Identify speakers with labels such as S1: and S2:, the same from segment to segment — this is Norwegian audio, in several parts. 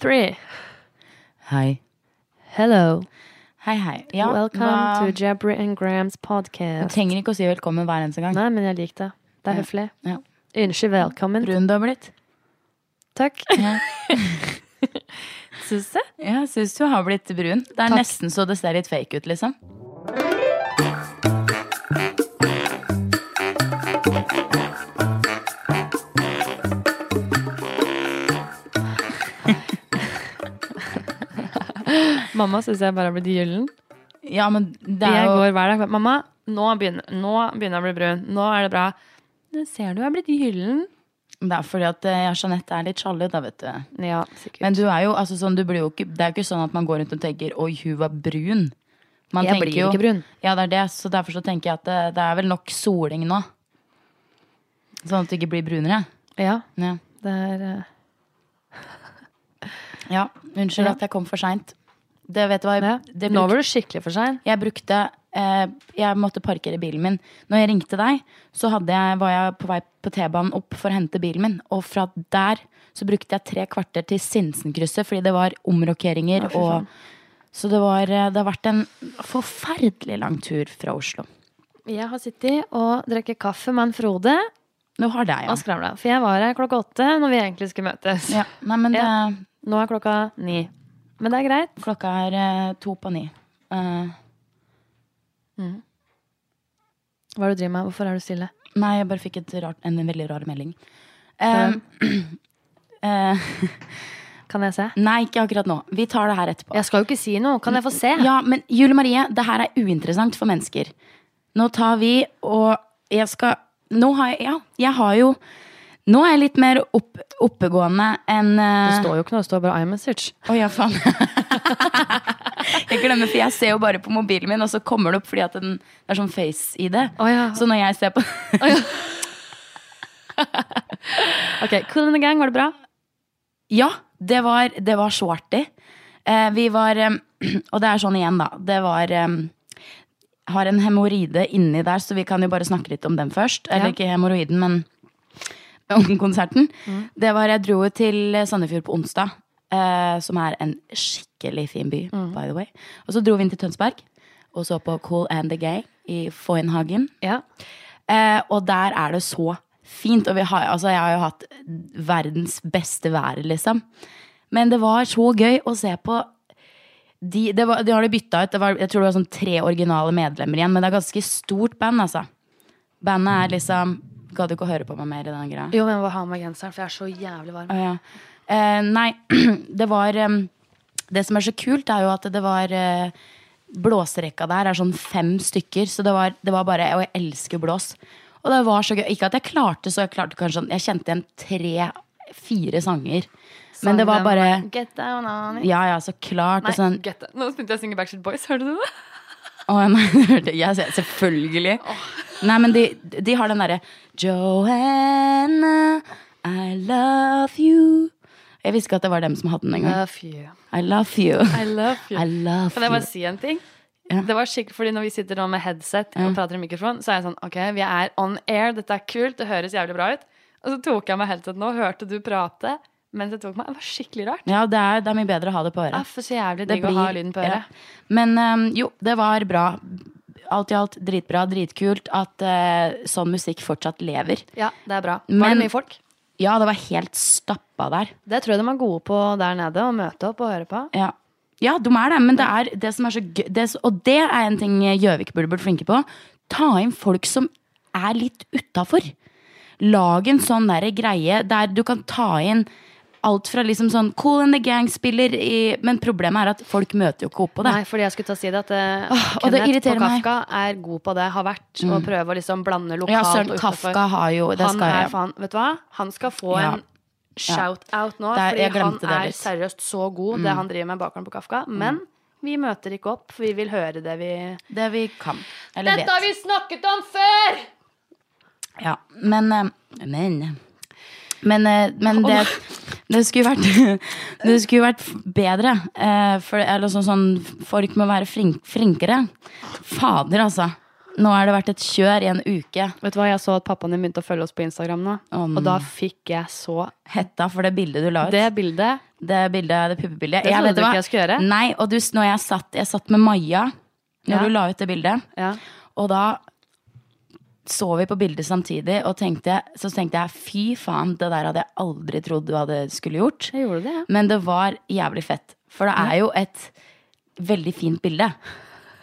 S1: Three.
S2: Hei.
S1: Hello.
S2: Hei, hei. Ja,
S1: Welcome
S2: hva-
S1: to Jabri and Grams
S2: Du
S1: podcast.
S2: trenger ikke å si velkommen hver eneste gang.
S1: Nei, men jeg liker det. Det er høflig.
S2: Ja.
S1: Unnskyld, velkommen.
S2: Brun du har blitt.
S1: Takk.
S2: Ja.
S1: Syns jeg.
S2: Ja, jeg syns du har blitt brun. Det er nesten så det ser litt fake ut, liksom.
S1: Mamma syns jeg bare har blitt gyllen.
S2: Ja, men det er
S1: Jeg
S2: jo
S1: går hver dag. Mamma, nå begynner, nå begynner jeg å bli brun. Nå er det bra. Jeg ser du jeg er blitt gyllen.
S2: Det er fordi at eh, ja, Jeanette er litt sjalu, da, vet du.
S1: Ja, sikkert.
S2: Men du er jo, altså, sånn, du blir jo ikke, det er jo ikke sånn at man går rundt og tenker 'oi, hun var brun'. Man
S1: jeg
S2: tenker
S1: blir ikke brun.
S2: Ja, det er det. Så derfor så tenker jeg at eh, det, det er vel nok soling nå. Sånn at du ikke blir brunere.
S1: Ja,
S2: Ja,
S1: det er eh,
S2: ja Unnskyld
S1: Ja.
S2: at jeg kom for seint. Det vet du hva
S1: ja.
S2: jeg, det
S1: Nå
S2: brukte-
S1: var du skikkelig for sein.
S2: Jeg brukte eh, Jeg måtte parkere bilen min. Når jeg ringte deg, så hadde jeg, var jeg på vei på T-banen opp for å hente bilen min. Og fra der så brukte jeg tre kvarter til Sinsenkrysset, fordi det var omrokeringer.
S1: fy faen.
S2: og, så det, var, eh, det har vært en forferdelig lang tur fra Oslo.
S1: Jeg har sittet og drukket kaffe med en Frode
S2: Nå har det,
S1: og
S2: ja.
S1: skravla. For jeg var her klokka åtte når vi egentlig skulle møtes.
S2: ja. Nei, men det,
S1: Ja. Nå er klokka ni. Men det er greit.
S2: klokka er eh, to på ni. Eh,
S1: Hva er det du driver med? Hvorfor er du stille?
S2: Nei, jeg bare fikk et rart, en veldig rar melding. Eh, eh,
S1: Kan jeg se?
S2: nei, ikke akkurat nå. Vi tar det her etterpå.
S1: Jeg skal jo ikke si noe. Kan jeg få se?
S2: Ja, men Julie Marie, det her er uinteressant for mennesker. Nå tar vi, og jeg skal Nå har jeg Ja, jeg har jo Nå er jeg litt mer opp, oppegående enn
S1: Det
S2: eh,
S1: står jo ikke noe. Det står bare iMessage.
S2: Å ja, faen. jeg glemmer, for jeg ser jo bare på mobilen min, og så kommer det opp fordi at den det er sånn face-ID.
S1: Å ja.
S2: Så når jeg ser på
S1: Ok, cool in the gang. Var det bra?
S2: Ja, det var, det var så artig. Eh, vi var eh, Og det er sånn igjen, da. Det var eh, Har en hemoroide inni der, så vi kan jo bare snakke litt om den først. Eller
S1: Ja.
S2: ikke hemoroiden, men om konserten. Det var Jeg dro jo til Sandefjord på onsdag, eh, som er en skikkelig fin by, by the way. Og så dro vi inn til Tønsberg og så på Cool and the Gay i Foynhagen.
S1: Ja.
S2: Eh, og der er det så fint. Og vi har, altså, jeg har jo hatt verdens beste vær, liksom. Men det var så gøy å se på de, det var, de har de bytta ut. Det var, jeg tror det var sånn tre originale medlemmer igjen. Men det er ganske stort band, altså. Bandet er liksom Gadd ikke å høre på meg mer i den greia.
S1: Jo, men jeg må ha med genseren, for jeg er så jævlig varm.
S2: Å, ja. Eh, nei, det var eh, Det som er så kult, er jo at det var eh, Blåserekka der er sånn fem stykker, så det var, det var bare Og jeg elsker blås. Og det var så gøy. Ikke at jeg klarte, så jeg klarte kanskje sånn- Jeg kjente igjen tre-fire sanger. Men
S1: Sånn,
S2: det var bare
S1: Get down on it.
S2: Ja, ja, så klart.
S1: Nei,
S2: Og sånn
S1: get down. Nå begynte jeg å synge Backstreet Boys. Hørte du det?
S2: Å nei, det hørte jeg se- Selvfølgelig. Nei, men de, de har den derre Johanna, I love you. Jeg visste ikke at det var dem som hadde den engang.
S1: Love you.
S2: I love you.
S1: I love you.
S2: I love
S1: Kan jeg
S2: you.
S1: bare si en ting?
S2: Ja.
S1: Det var skikkelig, fordi Når vi sitter nå med headset og prater i mikrofon, så er jeg sånn Ok, vi er on air, dette er kult, det høres jævlig bra ut. Og så tok jeg meg headset nå, hørte du prate mens jeg tok meg. Det var skikkelig rart.
S2: Ja, det er, det er mye bedre å ha det på øret.
S1: Aff, så jævlig digg å ha lyden på øret.
S2: ja. Men ehm, jo, det var bra. Alt i alt dritbra, dritkult at eh, sånn musikk fortsatt lever.
S1: Ja. det er bra. var
S2: Men-
S1: det mye folk?
S2: Ja, det var helt stappa der.
S1: Det tror jeg de er gode på der nede, å møte opp og høre på.
S2: Ja, ja de er det, men det er det som er så gøy det, Og det er en ting Gjøvik burde blitt flinke på. Ta inn folk som er litt utafor. Lag en sånn der greie der du kan ta inn alt fra liksom sånn Cool and the Gang spiller i Men problemet er at folk møter jo ikke opp på det.
S1: Nei, fordi jeg skulle ta si det at eh,
S2: og det
S1: Kenneth
S2: irriterer
S1: på
S2: meg. Mm.
S1: Kafka er god på det, har vært, å prøve å liksom blande lokalt
S2: Ja, Søren
S1: og utenfor.
S2: Kafka har jo det
S1: Han
S2: skal
S1: er
S2: jeg.
S1: faen Vet du hva? Han skal få
S2: Ja.
S1: en shout-out nå,
S2: Det er- jeg
S1: fordi han
S2: glemte det
S1: er
S2: litt. Mm.
S1: seriøst så god, det han driver med bak ham på Kafka. Men vi møter ikke opp, for vi vil høre det vi
S2: Det vi kan. Eller vet.
S1: vi snakket om før!
S2: Ja, men eh, Men, men, eh, men det, det skulle vært Det skulle vært f- bedre. eh, For, eller sånn, sånn Folk må være flink, flinkere. Fader, altså. Nå har det vært et kjør i en uke.
S1: Vet du hva, Jeg så at pappaen din begynte å følge oss på Instagram nå.
S2: Å,
S1: Og da fikk jeg så
S2: Hetta for det bildet du la ut.
S1: det bildet.
S2: Det bildet, det puppebildet.
S1: Det
S2: Jeg
S1: trodde
S2: vet
S1: du
S2: hva.
S1: ikke jeg skulle gjøre.
S2: Nei, og du, s- når jeg satt, jeg satt med Maja når
S1: Ja.
S2: du la ut det bildet,
S1: Ja.
S2: og da så vi på bildet samtidig, og tenkte, så tenkte jeg fy faen, det der hadde jeg aldri trodd du hadde skulle gjort.
S1: Jeg gjorde det, ja.
S2: Men det var jævlig fett, for det er jo et veldig fint bilde.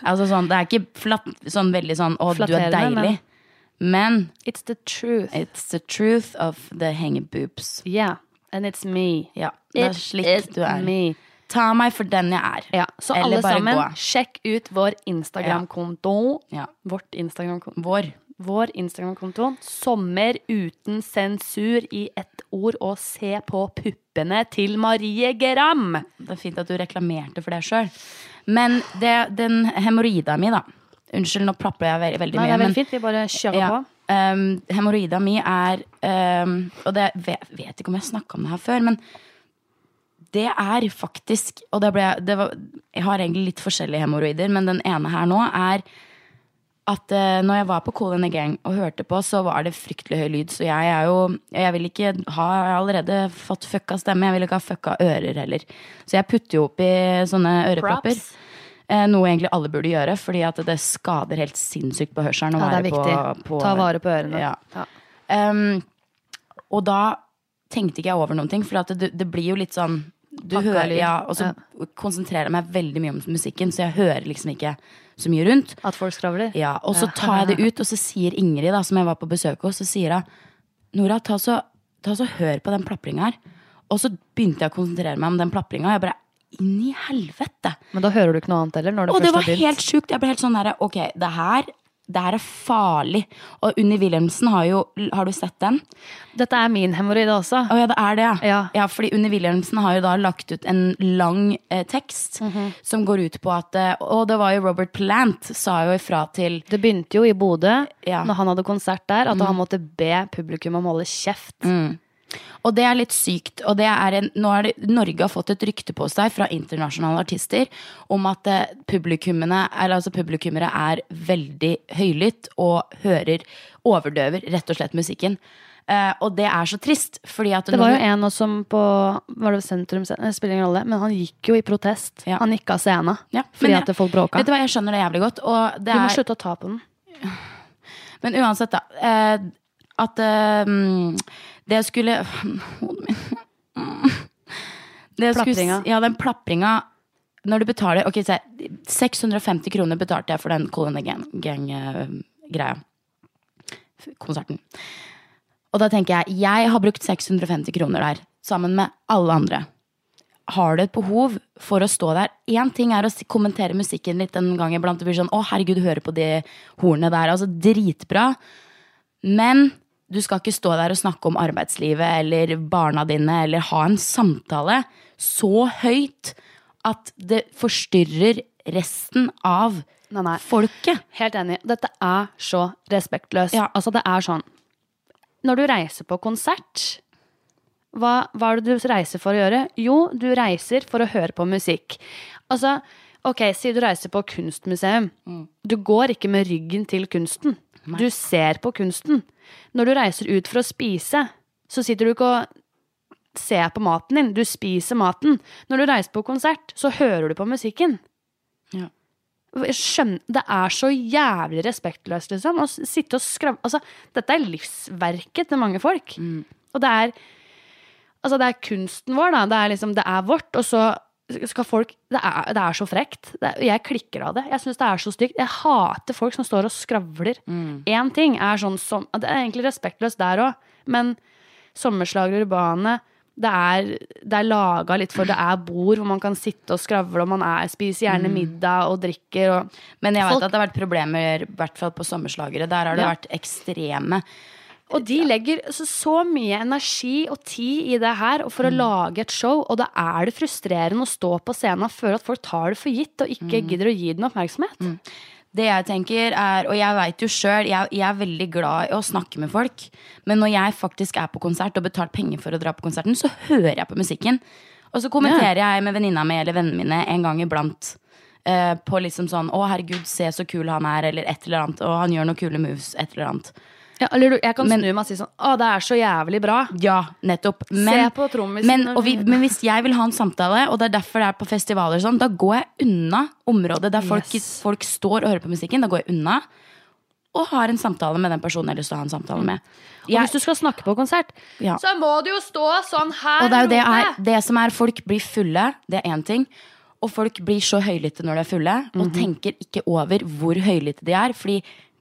S2: Altså sånn, det er ikke flatt, sånn veldig sånn, å du er
S1: Flatterende,
S2: deilig. Men
S1: It's the truth.
S2: it's the truth of the hanging boobs.
S1: Yeah. And it's me.
S2: Ja, det er
S1: It
S2: slik
S1: is
S2: du er.
S1: me.
S2: Ta meg for den jeg er.
S1: Ja, så
S2: Eller
S1: alle
S2: bare
S1: sammen,
S2: gå.
S1: sjekk ut vår Instagram-konto.
S2: Ja.
S1: Vårt Instagram-konto.
S2: Vår.
S1: Vår Instagram-konto. Sommer uten sensur i ett ord, og se på puppene til Marie Gram!
S2: Det er fint at du reklamerte for det sjøl. Men det, den hemoroida mi, da. Unnskyld, nå plapper jeg veldig, veldig
S1: Nei, det
S2: mye.
S1: er
S2: men-
S1: veldig fint. Vi bare kjører
S2: Ja.
S1: på.
S2: Um, hemoroida mi er um, Og det vet, vet ikke om jeg snakka om det her før, men det er faktisk Og det ble, det var, jeg har egentlig litt forskjellige hemoroider, men den ene her nå er at eh, når jeg var på Cool in the Gang og hørte på, så var det fryktelig høy lyd. Så jeg er jo Jeg vil ikke ha jeg har allerede fått fucka stemme. Jeg vil ikke ha fucka ører heller. Så jeg putter jo oppi sånne ørepropper.
S1: Props.
S2: Eh, noe egentlig alle burde gjøre, fordi at det skader helt sinnssykt på hørselen. å
S1: Ja, det er
S2: være på-
S1: viktig.
S2: På,
S1: Ta vare på ørene.
S2: Ja.
S1: Ja.
S2: Um, og da tenkte ikke jeg over noen ting, for at det, det blir jo litt sånn du
S1: Pakka
S2: hører,
S1: lyd.
S2: ja, Og så konsentrerer jeg meg veldig mye om musikken, så jeg hører liksom ikke så mye rundt.
S1: At folk skravler?
S2: Ja, og så tar jeg det ut, og så sier Ingrid, da, som jeg var på besøk hos, så sier hun Nora, ta så, ta så hør på den plapringa her. Og så begynte jeg å konsentrere meg om den plapringa. og Jeg bare Inn i helvete!
S1: Men da hører du ikke noe annet heller? Når du
S2: Og det
S1: først
S2: var
S1: har begynt.
S2: helt sjukt. Jeg ble helt sånn derre Ok, det her, det her er farlig. Og Unni Wilhelmsen har jo Har du sett den?
S1: Dette er min hemoroide også.
S2: Å ja, det er det, ja.
S1: Ja.
S2: fordi Unni Wilhelmsen har jo da lagt ut en lang eh, tekst som går ut på at eh, Og det var jo Robert Plant sa jo ifra til
S1: Det begynte jo i Bodø,
S2: Ja. Mm.
S1: når han hadde konsert der, at han måtte be publikum om å holde kjeft.
S2: Og det er litt sykt. Og det er en, nå er det, Norge har fått et rykte på seg fra internasjonale artister om at eh, publikummene, eller altså publikummere er veldig høylytt og hører Overdøver rett og slett musikken. Eh, og det er så trist, fordi at
S1: Det
S2: når
S1: var
S2: du-
S1: jo en nå som på Var det sentrum? Det spiller ingen rolle, men han gikk jo i protest.
S2: Ja.
S1: Han gikk av scenen
S2: Ja,
S1: fordi
S2: men
S1: at folk bråka.
S2: Vet du hva, Jeg skjønner det jævlig godt. Og det
S1: Vi må
S2: er,
S1: slutte å ta på den.
S2: Men uansett, da. Eh, at eh, mm, det skulle Hodet mitt det skulle-
S1: Plapringa.
S2: ja, den plapringa. Når du betaler Ok, se. 650 kroner betalte jeg for den Colin Gang-greia. Konserten. Og da tenker jeg, jeg har brukt 650 kroner der, sammen med alle andre. Har du et behov for å stå der? Én ting er å si- kommentere musikken litt en gang iblant. Det blir sånn, å herregud, hører på de hornene der. Altså, dritbra. Men du skal ikke stå der og snakke om arbeidslivet eller barna dine, eller ha en samtale så høyt at det forstyrrer resten av
S1: Nei, nei.
S2: folket.
S1: Helt enig. Dette er så respektløst.
S2: Ja.
S1: Altså, det er sånn Når du reiser på konsert, hva, hva er det du reiser for å gjøre? Jo, du reiser for å høre på musikk. Altså, ok, si du reiser på kunstmuseum. Du går ikke med ryggen til kunsten. Du ser på kunsten. Når du reiser ut for å spise, så sitter du ikke og ser på maten din. Du spiser maten. Når du reiser på konsert, så hører du på musikken. Jeg skjønner, det er så jævlig respektløst, liksom. Å s- sitte og skravle Altså, dette er livsverket til mange folk. Og det er Altså, det er kunsten vår, da. Det er liksom Det er vårt. Og så skal folk Det er, det er så frekt. Det er, jeg klikker av det. Jeg syns det er så stygt. Jeg hater folk som står og skravler.
S2: Mm.
S1: Én ting er sånn som Det er egentlig respektløst der òg, men sommerslagere urbane. Det er, det er laga litt for det er bord hvor man kan sitte og skravle, og man er, spiser gjerne middag og drikker og
S2: Mm. Men jeg vet
S1: Folk-
S2: at det har vært problemer, i hvert fall på sommerslagere. Der har det
S1: Ja.
S2: vært ekstreme
S1: Og de legger altså, så mye energi og tid i det her og for å lage et show, og da er det frustrerende å stå på scenen og føle at folk tar det for gitt og ikke gidder å gi den oppmerksomhet.
S2: Det jeg tenker er, og jeg vet jo selv, jeg, jeg er veldig glad i å snakke med folk Men når jeg faktisk er på konsert og betalt penger for å dra på konserten Så hører jeg på musikken Og så kommenterer jeg med venninna mi eller vennene mine en gang iblant eh, På liksom sånn, å herregud, se så kul han er Eller et eller annet, og han gjør noen kule moves, et eller annet
S1: Ja, eller du- jeg kan
S2: Men-
S1: snu meg og si sånn Å, det er så jævlig bra.
S2: Ja, nettopp.
S1: på trommisen
S2: men,
S1: når
S2: og vi,
S1: du-
S2: men hvis jeg vil ha en samtale, og det er derfor det er på festivaler, og sånn, da går jeg unna området der folk,
S1: Yes.
S2: folk står og hører på musikken. Da går jeg unna og har en samtale med den personen jeg har lyst til å ha en samtale med.
S1: Mm. Og
S2: Jeg,
S1: hvis du skal snakke på konsert,
S2: Ja.
S1: så må du jo stå sånn her
S2: og det er jo det,
S1: og rope.
S2: er, det som er folk blir fulle, det er én ting. Og folk blir så høylytte når de er fulle, og tenker ikke over hvor høylytte de er. Fordi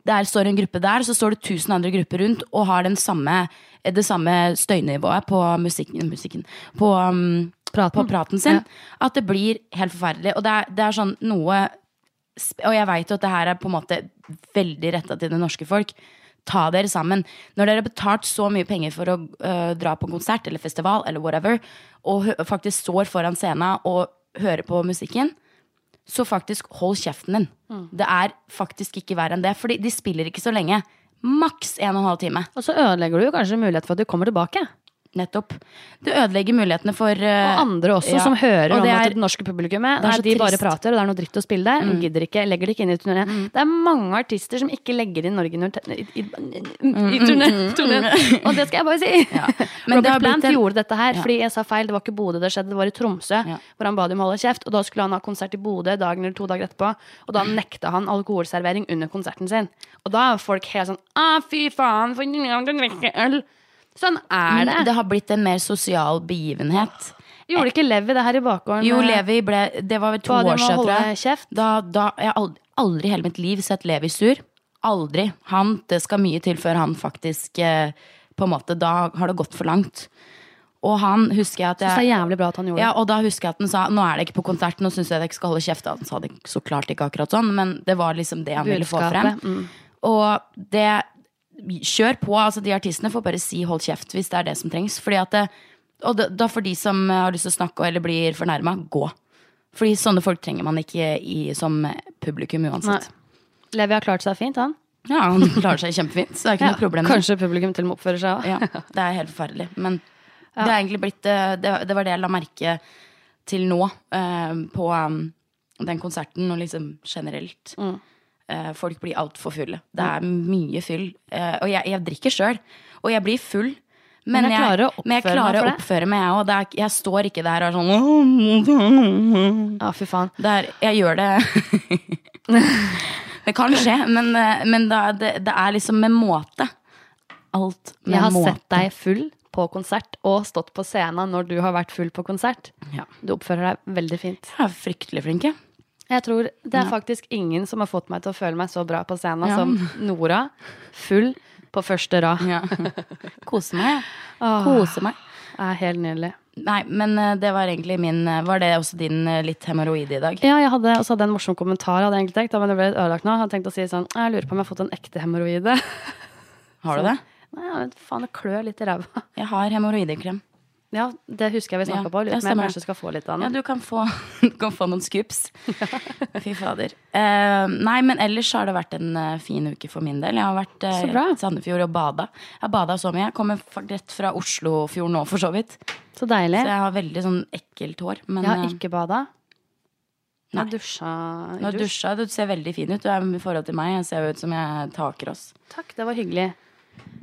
S2: der står en gruppe der, så står det tusen andre grupper rundt og har den samme, det samme støynivået på musikken, musikken på, um,
S1: Praten.
S2: på praten sin. At det blir helt forferdelig. Og det er, det er sånn noe sp- Og jeg veit jo at det her er på en måte veldig retta til det norske folk. Ta dere sammen. Når dere har betalt så mye penger for å øh, dra på konsert eller festival, eller whatever, og hø faktisk står foran scenen og hører på musikken, så faktisk hold kjeften din.
S1: Mm.
S2: Det er faktisk ikke verre enn det. Fordi de spiller ikke så lenge. Maks en og en halv time.
S1: Og så ødelegger du jo kanskje mulighet for at du kommer tilbake.
S2: Nettopp. Du ødelegger mulighetene for øh,
S1: Og andre
S2: ja.
S1: også som hører
S2: Og
S1: om
S2: det
S1: at
S2: er-
S1: det norske publikummet
S2: det er
S1: Nei,
S2: så
S1: de bare
S2: trist. Mm.
S1: prater, og det er noe dritt å spille der. Gidder ikke, legger det ikke inn i turneen. Det er mange artister som ikke legger inn Norge i, nurte- i, i,
S2: Mm.
S1: i turneen. Og det skal jeg bare si!
S2: Men det har
S1: Robert
S2: blitt
S1: Plant
S2: en-
S1: gjorde dette her
S2: Ja.
S1: fordi jeg sa feil. Det var ikke Bodø det skjedde, det var i Tromsø.
S2: Ja.
S1: Hvor han ba dem holde kjeft. Og da skulle han ha konsert i Bodø dagen eller to dager etterpå. Og da nekta han alkoholservering under konserten sin. Og da er folk helt sånn Å, fy faen, for du drikker øl! Sånn er
S2: Men
S1: det.
S2: Mm, det har blitt en mer sosial begivenhet.
S1: Gjorde ikke Levi det her i bakgården? eh?
S2: Jo, Levi ble Det var vel to
S1: Ba de
S2: år
S1: om å
S2: siden, tror
S1: holde
S2: jeg.
S1: kjeft?
S2: Da, da, jeg har aldri, aldri i hele mitt liv sett Levi sur. Aldri. Han, det skal mye til før han faktisk eh, På en måte, da har det gått for langt. Og han husker jeg at
S1: Det er
S2: jeg
S1: jævlig bra at han gjorde
S2: ja, og da husker jeg at han sa Nå er det ikke på konsert, nå syns jeg dere skal holde kjeft. Han sa det så klart ikke akkurat sånn, men det var liksom det han ville få frem.
S1: Budskapet, mm.
S2: Og det Kjør på. altså De artistene får bare si 'hold kjeft' hvis det er det som trengs. Fordi at det, Og da, da for de som har lyst til å snakke eller blir fornærma, gå. Fordi sånne folk trenger man ikke i, som publikum uansett.
S1: det. Levi har klart seg fint, han.
S2: Ja, Han klarer seg kjempefint, så det er ikke noe problem. der.
S1: Kanskje publikum til og med oppfører seg òg.
S2: Ja, det er helt forferdelig. Men det er egentlig blitt eh, det, det var det jeg la merke til nå eh, på eh, den konserten, og liksom generelt.
S1: Mm.
S2: Eh, folk blir altfor fulle. Det er mye fyll. Eh, og jeg, jeg drikker sjøl, og jeg blir full. Men,
S1: Men jeg klarer å
S2: men jeg
S1: oppføre
S2: klarer
S1: meg
S2: å
S1: for det.
S2: oppføre meg, jeg òg. Det er ikke- Jeg står ikke der og er sånn
S1: Ja, fy faen.
S2: det er, jeg gjør det Det kan skje, men, eh, men da, det, det er liksom med måte. Alt med
S1: Jeg har
S2: måte.
S1: sett deg full på konsert og stått på scenen når du har vært full på konsert.
S2: Ja.
S1: Du oppfører deg veldig fint.
S2: Jeg er fryktelig flink, jeg.
S1: Jeg tror Det er faktisk ingen som har fått meg til å føle meg så bra på scenen
S2: Ja.
S1: som Nora. Full på første rad.
S2: Kose meg. jeg.
S1: Åh.
S2: Kose meg.
S1: Er helt nydelig.
S2: Nei, men eh, det var egentlig min eh, Var det også din eh, litt hemoroide i dag?
S1: Ja, jeg hadde også hadde jeg en morsom kommentar, hadde jeg egentlig tenkt, da, men det ble litt ødelagt nå. Jeg hadde tenkt å si sånn Jeg lurer på om jeg har fått en ekte hemoroide.
S2: Har du det?
S1: Nei, jeg vet faen, det klør litt i ræva.
S2: Jeg har hemoroidekrem.
S1: Ja, det husker jeg vi snakka
S2: Ja,
S1: på.
S2: ja,
S1: Lurer på om jeg
S2: stemmer det.
S1: kanskje skal få litt av
S2: Ja,
S1: den.
S2: du kan få, du kan få noen scoops. Fy fader. Eh, nei, men ellers har det vært en eh, fin uke for min del. Jeg har vært eh,
S1: Så bra.
S2: i Sandefjord og bada. Jeg har bada så mye. Jeg kommer fakt- rett fra Oslofjord nå, for så vidt.
S1: Så deilig.
S2: Så jeg har veldig sånn ekkelt hår. Men
S1: Jeg har
S2: eh,
S1: ikke bada. Jeg
S2: Nei.
S1: har dusja i
S2: nå har jeg
S1: dusj.
S2: dusja. Du ser veldig fin ut. Du er i forhold til meg. Jeg ser jo ut som jeg taker oss.
S1: Takk, det var hyggelig.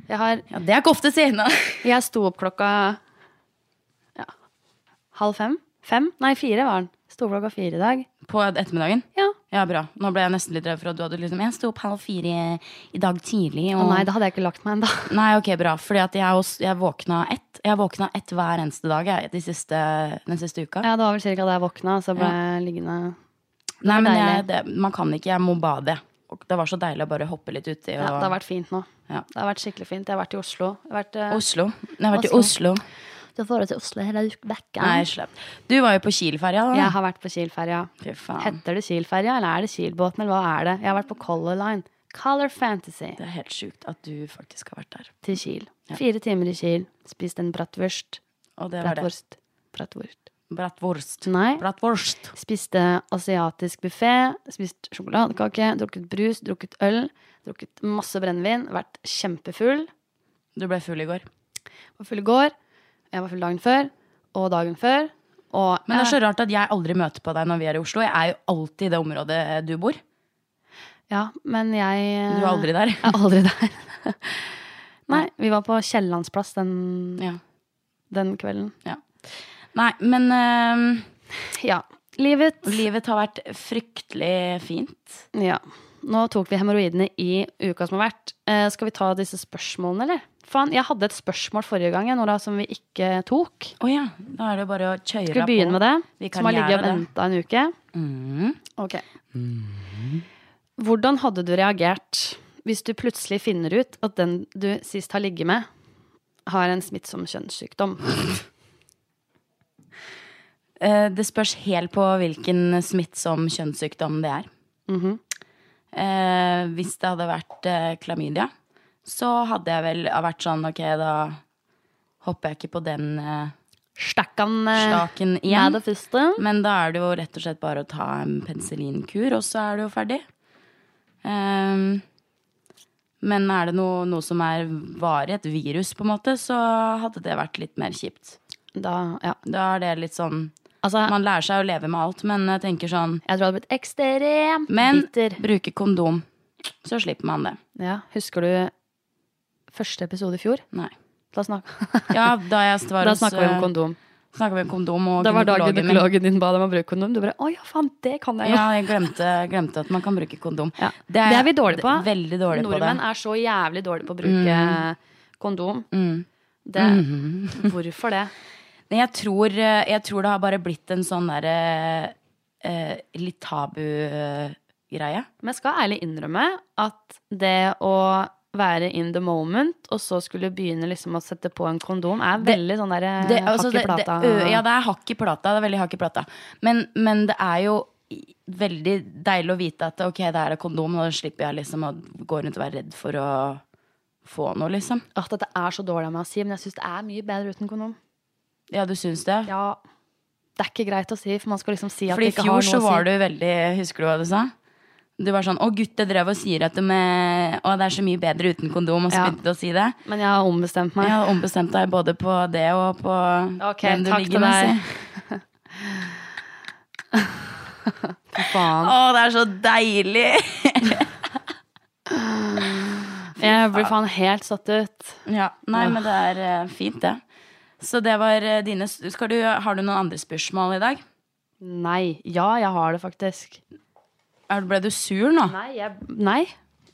S1: Jeg, har,
S2: Ja, det er ikke ofte siden.
S1: jeg sto opp klokka ja, halv fem? Fem? Nei, fire var den. Sto opp klokka fire i dag.
S2: På ettermiddagen?
S1: Ja.
S2: Ja, bra. Nå ble jeg nesten litt redd for at du hadde liksom Jeg sto opp halv fire i dag tidlig.
S1: Å
S2: Og...
S1: nei, da hadde jeg ikke lagt meg ennå.
S2: Nei, ok, bra. Fordi at jeg, også, jeg våkna ett. Jeg våkna ett hver eneste dag jeg, de siste, den siste uka.
S1: Ja, det var vel cirka da jeg våkna, så ble jeg liggende
S2: Nei, men jeg,
S1: deilig.
S2: det, man kan ikke. Jeg må bade. Og det var så deilig å bare hoppe litt uti. Og...
S1: ja, Det har vært fint nå.
S2: Ja.
S1: Det har vært skikkelig fint. Jeg har vært i Oslo. Jeg har vært, eh,
S2: Oslo. Nei, jeg har vært i
S1: Oslo.
S2: Oslo.
S3: Du har vært til Oslo hele vekka.
S2: Nei, slapp. Du var jo på Kiel-ferja, da.
S1: jeg har vært på Kielferja.
S2: Fy faen.
S1: Heter det Kielferja, eller er det Kielbåten, eller hva er det? Jeg har vært på Color Line. Color Fantasy
S2: Det er helt sjukt at du faktisk har vært der.
S1: til Kiel. Fire timer i Kiel. Spist en bratwurst.
S2: Og det var det.
S1: Bratwurst. Mm. Bratwurst.
S2: Bratwurst.
S1: Nei.
S2: Bratwurst.
S1: Spiste asiatisk buffé, spist sjokoladekake, drukket brus, drukket øl, drukket masse brennevin, vært kjempefull.
S2: Du ble full i går.
S1: Var full i går, jeg var full dagen før, og dagen før. Og
S2: Men det er så rart at jeg aldri møter på deg når vi er i Oslo. Jeg er jo alltid i det området du bor.
S1: Ja, men jeg eh,
S2: Du er aldri der.
S1: Jeg er aldri der. Nei, vi var på Kiellandsplass den,
S2: Ja.
S1: den kvelden.
S2: Nei, men øhm,
S1: Ja. Livet.
S2: livet har vært fryktelig fint.
S1: Ja. Nå tok vi hemoroidene i uka som har vært. Eh, skal vi ta disse spørsmålene, eller? Faen, jeg hadde et spørsmål forrige gang jeg, Nora, som vi ikke tok.
S2: Å ja. Da er det bare å kjøre
S1: Skal vi begynne med det?
S2: Vi kan
S1: Som har ligget
S2: gjøre
S1: og
S2: det.
S1: venta en uke.
S2: Mm.
S1: Ok. Hvordan hadde du reagert hvis du plutselig finner ut at den du sist har ligget med, har en smittsom kjønnssykdom?
S2: Eh, Det spørs helt på hvilken smittsom kjønnssykdom det er.
S1: Mhm.
S2: eh, hvis det hadde vært eh, klamydia, så hadde jeg vel vært sånn Ok, da hopper jeg ikke på den eh,
S1: Stakkan eh,
S2: staken
S1: er
S2: igjen.
S1: det første.
S2: Men da er det jo rett og slett bare å ta en penicillinkur, og så er det jo ferdig. Ehm, men er det noe, noe som er varig, et virus, på en måte, så hadde det vært litt mer kjipt.
S1: Da, ja.
S2: Da er det litt sånn
S1: Altså,
S2: Man lærer seg å leve med alt, men jeg tenker sånn
S1: jeg tror jeg hadde blitt ekstremt
S2: Men
S1: bitter.
S2: bruke kondom, så slipper man det.
S1: Ja, husker du første episode i fjor?
S2: Nei.
S1: Da snakka
S2: Ja, da jeg var hos,
S1: vi om
S2: eh,
S1: kondom.
S2: snakket vi om kondom og
S1: Da var dagen
S2: gynekologen min.
S1: gynekologen din ba deg om å bruke kondom. Du bare 'Å ja, faen, det kan jeg jo'.
S2: Ja, jeg glemte, glemte at man kan bruke kondom.
S1: Ja. Det er vi dårlige på.
S2: Veldig dårlige på det. Mm.
S1: Nordmenn er så jævlig dårlige på å bruke kondom. Det, Hvorfor det?
S2: Nei, Jeg tror, eh, jeg tror det har bare blitt en sånn derre eh, litt eh, tabu-greie.
S1: Men jeg skal ærlig innrømme at det å være in the moment, og så skulle begynne liksom å sette på en kondom, er veldig sånn derre
S2: Det-
S1: hakk
S2: altså,
S1: i
S2: det- det-
S1: plata.
S2: ø, Ja, det er hakk i plata. Det er veldig hakk i plata. Men, men det er jo i- veldig deilig å vite at ok, det er et kondom, og da slipper jeg liksom å gå rundt og være redd for å få noe, liksom.
S1: At dette er så dårlig av meg å si, men jeg syns det er mye bedre uten kondom.
S2: Ja, du syns det?
S1: Ja, det er ikke greit å si, for man skal liksom si at
S2: Fordi i
S1: det ikke har
S2: fjor så
S1: noe å
S2: var
S1: si.
S2: du veldig Husker du hva du sa? Du var sånn 'Å, gutt, det drev og sier at de, eh, å, det er så mye bedre uten kondom', og så
S1: Ja.
S2: begynte du å si det.
S1: Men jeg har ombestemt meg.
S2: Jeg har ombestemt deg både på det og på
S1: Ok,
S2: hvem du
S1: takk til
S2: ligger med.
S1: deg.
S2: si.
S1: Faen.
S2: Å, det er så deilig!
S1: Jeg blir faen helt satt ut.
S2: Ja, Nei, men det er eh, fint, det. Så det var eh, dine s- Skal du, Har du noen andre spørsmål i dag?
S1: Nei. Ja, jeg har det faktisk.
S2: Er- Ble du sur nå?
S1: Nei, jeg, nei,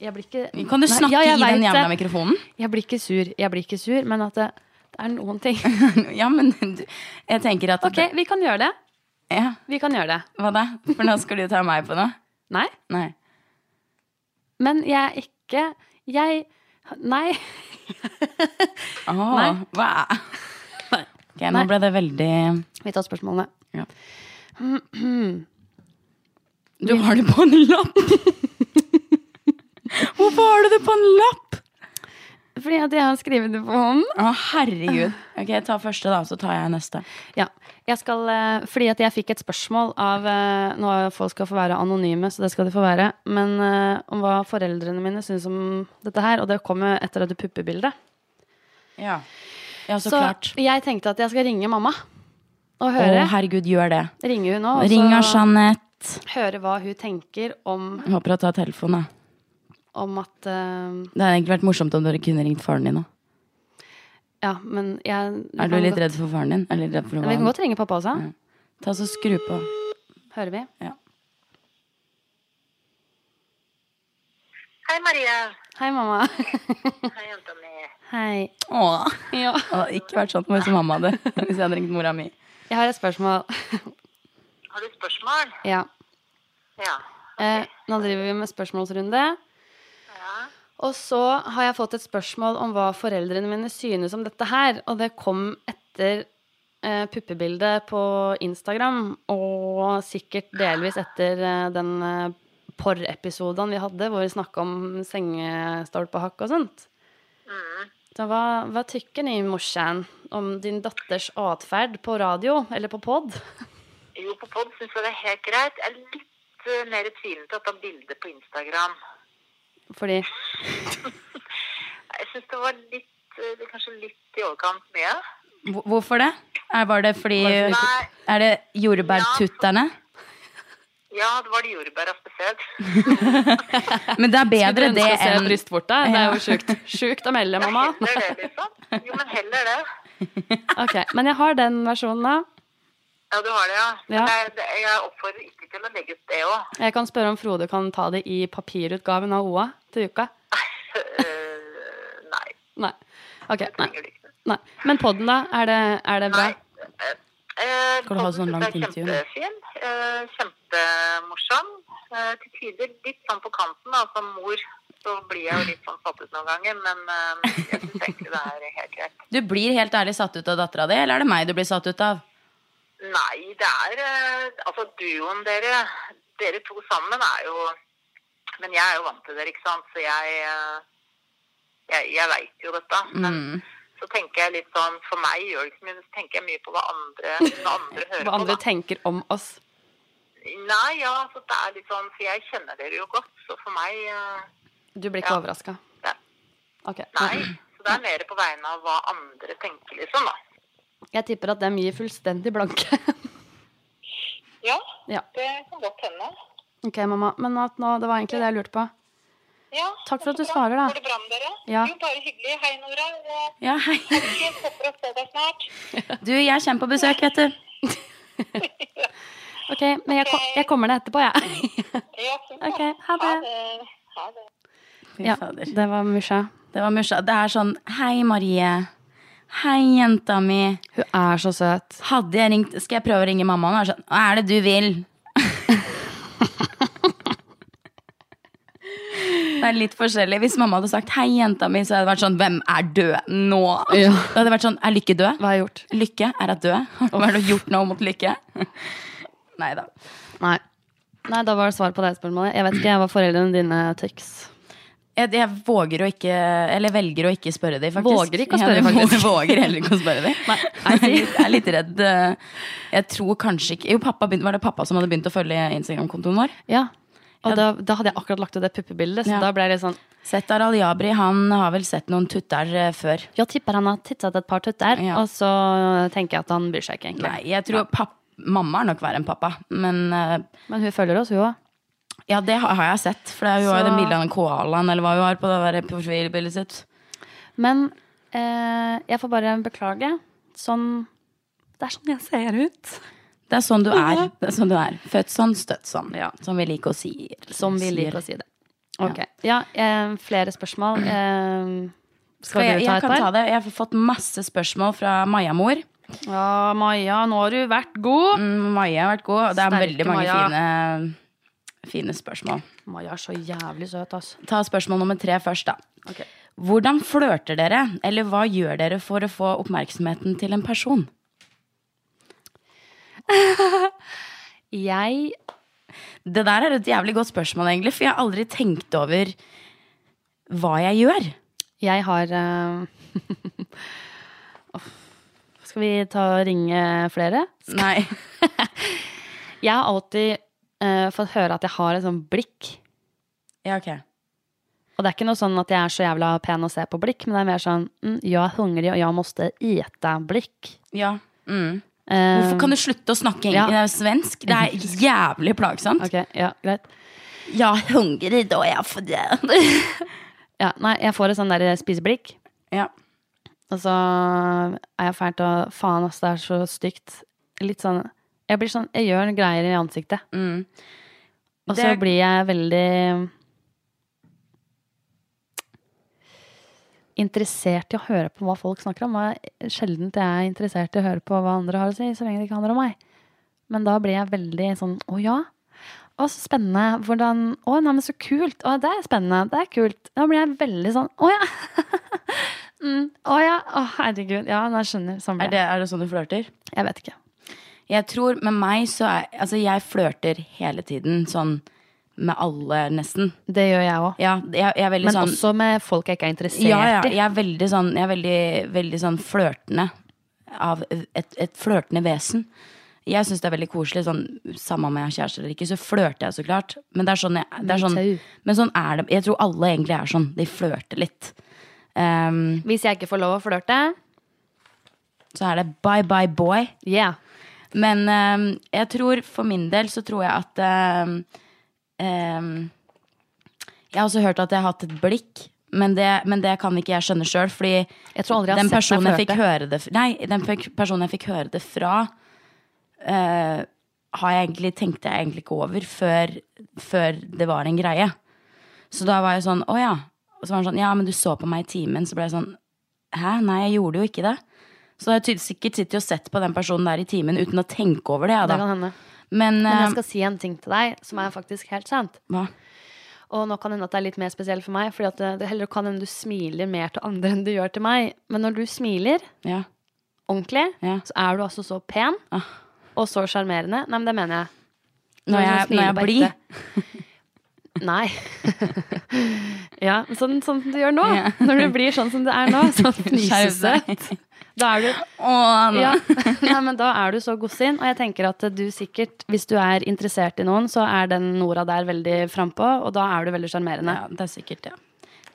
S1: jeg blir ikke
S2: Kan du
S1: Nei,
S2: snakke
S1: ja, jeg
S2: i den
S1: vet
S2: jævla
S1: det.
S2: mikrofonen?
S1: Jeg blir ikke sur, jeg blir ikke sur, men at det, det er noen ting.
S2: ja, men du, jeg tenker at
S1: Ok, vi kan gjøre det.
S2: ja,
S1: Vi kan gjøre det.
S2: Hva da? For nå skal du ta meg på noe?
S1: Nei,
S2: Nei.
S1: men jeg er ikke Jeg Nei.
S2: Å,
S1: Nei.
S2: hva er Ok, nå
S1: Nei.
S2: ble det veldig
S1: Vi tar spørsmålene.
S2: Du har det på en lapp! Hvorfor har du det på en lapp?
S1: Fordi at jeg har skrevet det på hånden.
S2: Å, herregud. Ok, ta første, da, så tar jeg neste.
S1: Ja. Jeg skal, eh, fordi at jeg fikk et spørsmål av eh, Nå er jo folk skal få være anonyme, så det skal de få være. Men eh, om hva foreldrene mine syns om dette her. Og det kom jo etter det puppebildet.
S2: Ja, så,
S1: Så
S2: klart.
S1: jeg tenkte at jeg skal ringe mamma
S2: Å,
S1: og
S2: sånn.
S1: høre.
S2: herregud, gjør det.
S1: Ringe hun nå, og
S2: Ring av
S1: så
S2: Jeanette.
S1: høre hva hun tenker om
S2: Jeg Håper hun tar telefonen. da.
S1: om at eh,
S2: Det hadde egentlig vært morsomt om dere kunne ringt faren din òg.
S1: Ja, men jeg vi
S2: Er du
S1: kan
S2: litt
S1: godt-
S2: redd for faren din? Eller redd for
S1: Vi kan
S2: hva?
S1: godt ringe pappa også.
S2: Ta så skru på.
S1: Hører vi?
S2: Ja.
S4: Hei, Maria.
S1: Hei, mamma.
S4: Hei, jenta mi.
S1: Hei.
S2: Åh.
S1: Ja.
S2: Det hadde ikke vært sånn som mamma hadde hvis jeg hadde ringt mora mi.
S1: Jeg har et spørsmål.
S4: Har du spørsmål?
S1: Ja.
S4: Ja.
S1: Eh, nå driver vi med spørsmålsrunde. Og så har jeg fått et spørsmål om hva foreldrene mine synes om dette her. Og det kom etter eh, puppebildet på Instagram, og sikkert delvis etter eh, den eh, porrepisodene vi hadde, hvor vi snakka om sengestolpehakk og sånt. Så hva, hva tykker ni, morsan, om din datters atferd på radio eller på pod?
S4: Jo, på pod syns jeg det er helt greit. Jeg er litt eh, mer tvilende til å ta bilde på Instagram.
S1: Fordi
S4: Jeg syns det var litt eh, det er Kanskje litt i overkant mye.
S2: Hvor- Hvorfor det? Er, var det fordi
S4: Nei.
S2: Er det jordbærtutterne?
S4: Ja, det var de jordbæra spesielt.
S2: Men det er bedre
S1: Skulle du
S2: det
S1: ønske å se
S2: enn
S1: brystvorta? Det er jo sjukt. Sjukt å melde, mamma.
S4: Heller det, liksom. Jo, men heller det.
S1: Ok, Men jeg har den versjonen, da.
S4: Ja, du har det, ja. Men
S1: Ja.
S4: jeg- det- Jeg oppfordrer ikke til å legge ut det òg.
S1: Jeg kan spørre om Frode kan ta det i papirutgaven av OA til uka.
S4: Eh, Nei.
S1: Nei. Ok,
S4: det
S1: nei.
S4: trenger du ikke.
S1: nei. Men podden, da? Er det, er det bra?
S4: Nei. Eh,
S2: Skal du ha
S4: podden
S2: sånn
S4: synes jeg er
S2: langt intervju?
S4: Kjempefin. eh, Kjempemorsom. Eh, Til tider litt sånn på kanten. da. Som mor så blir jeg jo litt sånn satt ut noen ganger, men eh, jeg syns egentlig det er helt greit.
S2: Du blir helt ærlig satt ut av dattera di, eller er det meg du blir satt ut av?
S4: Nei, det er eh, Altså, duoen dere, dere to sammen er jo Men jeg er jo vant til dere, ikke sant, så jeg eh, Jeg, jeg veit jo dette. Men
S2: Mm.
S4: så tenker jeg litt sånn For meg gjør det ikke så mye, men så tenker jeg mye på hva andre, hva andre hører
S1: Hva andre
S4: på.
S1: tenker om oss?
S4: Da. Nei, ja, så det er litt sånn For jeg kjenner dere jo godt, så for meg eh,
S1: Du blir ikke
S4: Ja.
S1: overraska?
S4: Ja.
S1: Ok.
S4: Nei. Så det er mer på vegne av hva andre tenker, liksom, da.
S1: Jeg tipper at dem gir fullstendig blanke.
S4: Ja,
S1: Ja.
S4: det kan godt hende.
S1: Ok, mamma. Men at nå, det var egentlig det jeg lurte på.
S4: Ja,
S1: Takk for at du svarer, da.
S4: Går det bra med dere?
S1: Ja.
S4: Jo, bare hyggelig. Hei, Nora. Eh,
S2: Ja, hei.
S4: Jeg håper å se deg snart.
S2: Du, jeg kommer på besøk, vet du.
S1: Ok, men jeg, kom, jeg kommer ned etterpå, jeg.
S4: Ja, fint, da.
S1: Ok, ha det.
S4: Ha det.
S2: Fy
S1: Ja,
S2: fader.
S1: det var Musha.
S2: Det var musja. Det er sånn Hei, Marie. Hei, jenta mi.
S1: Hun er så søt.
S2: Hadde jeg ringt Skal jeg prøve å ringe mamma? nå? Og sånn, Hva er det du vil? Det er litt forskjellig. Hvis mamma hadde sagt 'hei, jenta mi', så hadde det vært sånn 'hvem er død nå?'
S1: Ja.
S2: Det hadde vært sånn 'er Lykke død'?
S1: Hva har jeg gjort?
S2: Lykke er hun død? Hva har du gjort nå mot Lykke? Nei da.
S1: Nei. Nei, da var det svar på det spørsmålet. Jeg vet ikke, jeg var foreldrene dine tyks.
S2: Jeg, jeg våger å ikke Eller velger å ikke spørre dem, faktisk.
S1: Våger ikke å spørre,
S2: Ja, jeg
S1: faktisk.
S2: Våger heller ikke å spørre dem.
S1: Nei,
S2: Jeg er litt- jeg er litt redd. eh, Jeg tror kanskje ikke Jo, pappa begynte, var det pappa som hadde begynt å følge Instagram-kontoen vår?
S1: Ja. Og da, da hadde jeg akkurat lagt ut det puppebildet, så
S2: Ja.
S1: da ble jeg litt sånn
S2: Settar Al-Jabri han har vel sett noen tutter eh, før.
S1: Jeg tipper han har tittet et par tutter,
S2: Ja.
S1: og så tenker jeg at han bryr seg ikke, egentlig.
S2: Nei, jeg tror papp, mamma er nok verre enn pappa. Men eh,
S1: Men hun følger oss, hun òg.
S2: ja, det har har jeg sett. For det er jo
S1: Så-
S2: den bildet av den koalaen eller hva hun har på det der profilbildet sitt.
S1: Men eh, jeg får bare beklage. Sånn Det er sånn jeg ser ut.
S2: Det er sånn du er. Det er sånn du er. Født sånn, støtt sånn. Som vi liker å si.
S1: Som vi liker å si det. Ok. Ja, eh, flere spørsmål. Eh,
S2: Skal
S1: skal,
S2: jeg,
S1: du ta
S2: jeg
S1: et
S2: kan
S1: par?
S2: ta det. Jeg har fått masse spørsmål fra Maja-mor.
S1: Ja, Maja, nå har du vært god.
S2: Mm, Maja har vært god. og Det er
S1: Sterke
S2: veldig mange
S1: Maja.
S2: fine, fine spørsmål.
S1: Maja er så jævlig søt, ass.
S2: Ta spørsmål nummer tre først, da. Hvordan flørter dere, eller hva gjør dere for å få oppmerksomheten til en person?
S1: Jeg
S2: Det der er et jævlig godt spørsmål, egentlig, for jeg har aldri tenkt over hva jeg gjør.
S1: Jeg har eh, Uff. Skal vi ta og ringe flere?
S2: Nei.
S1: Jeg har alltid eh, fått høre at jeg har et sånt blikk.
S2: Ja, ok.
S1: Og det er ikke noe sånn at jeg er så jævla pen å se på blikk, men det er mer sånn mm, Jeg er hungrig, og jeg måtte ete blikk.
S2: Ja. Mm.
S1: Eh,
S2: Hvorfor kan du slutte å snakke eng-
S1: Ja.
S2: det er jo svensk? Det er jævlig plagsomt.
S1: Ok, ja, greit.
S2: Ja, hungrig da, ja, for det.
S1: Ja, nei, jeg får et sånn der spiseblikk,
S2: Ja.
S1: og så er jeg fælt og faen, ass, det er så stygt. Litt sånn Jeg blir sånn Jeg gjør greier i ansiktet.
S2: Mm.
S1: Og så
S2: Det-
S1: blir jeg veldig interessert i å høre på hva folk snakker om. Det er Sjelden jeg er interessert i å høre på hva andre har å si, så lenge det ikke handler om meg. Men da blir jeg veldig sånn å ja. Å, så spennende. Hvordan Å, nei, men så kult. Å, det er spennende. Det er kult. Da blir jeg veldig sånn å ja. mm, å ja. Å, herregud. Ja, nei, jeg skjønner. Sånn
S2: Er
S1: blir det.
S2: det, er det sånn du flørter?
S1: Jeg vet ikke.
S2: Jeg tror med meg så er Altså jeg flørter hele tiden Sånn med alle, nesten.
S1: Det gjør jeg òg.
S2: Ja, jeg, jeg er veldig
S1: Men
S2: sånn
S1: også med folk jeg ikke er interessert
S2: ja, ja,
S1: i.
S2: jeg er veldig sånn, jeg er veldig, veldig sånn flørtende. Av et, et flørtende vesen. Jeg syns det er veldig koselig. Sånn, samme om jeg har kjæreste eller ikke, så flørter jeg så klart. Men det er sånn, jeg, det er sånn,
S1: tau.
S2: men sånn er det. Jeg tror alle egentlig er sånn. De flørter litt. Ehm,
S1: Hvis jeg ikke får lov å flørte,
S2: så er det bye bye boy.
S1: yeah.
S2: Men ehm, jeg tror for min del så tror jeg at ehm, ehm, Jeg har også hørt at jeg har hatt et blikk, men det, men det kan ikke jeg skjønne sjøl. Fordi
S1: Jeg tror aldri jeg har
S2: den
S1: sett deg
S2: personen jeg fikk
S1: flørte.
S2: høre det f- Nei, den pe- personen jeg fikk høre det fra, eh, har jeg egentlig, tenkte jeg egentlig ikke over før, før det var en greie. Så da var jeg sånn Å ja. Og så var han sånn Ja, men du så på meg i timen. Så ble jeg sånn Hæ? Nei, jeg gjorde jo ikke det. Så jeg har tyd- sikkert sittet og sett på den personen der i timen uten å tenke over det. Ja,
S1: Det
S2: da.
S1: kan hende.
S2: Men,
S1: Men jeg
S2: eh,
S1: skal si en ting til deg som er faktisk helt sant.
S2: hva?
S1: Og nå kan hende at det er litt mer spesielt for meg, Fordi at det- det heller kan hende du smiler mer til andre enn du gjør til meg. Men når du smiler
S2: Ja.
S1: ordentlig,
S2: Ja.
S1: så er du altså så pen
S2: Ah.
S1: og så sjarmerende. Nei, men det mener jeg.
S2: Når jeg,
S1: sånn
S2: når jeg blir
S1: Nei. ja, sånn, sånn som du gjør nå. Når du blir sånn som du er nå, sånn
S2: Skjerp deg. Ah,
S1: fnisesøt. Da er du
S2: Å, nei.
S1: ja. Nei, men da er du så godsinn. Og jeg tenker at du sikkert, hvis du er interessert i noen, så er den Nora der veldig frampå, og da er du veldig sjarmerende.
S2: Ja, det er sikkert det.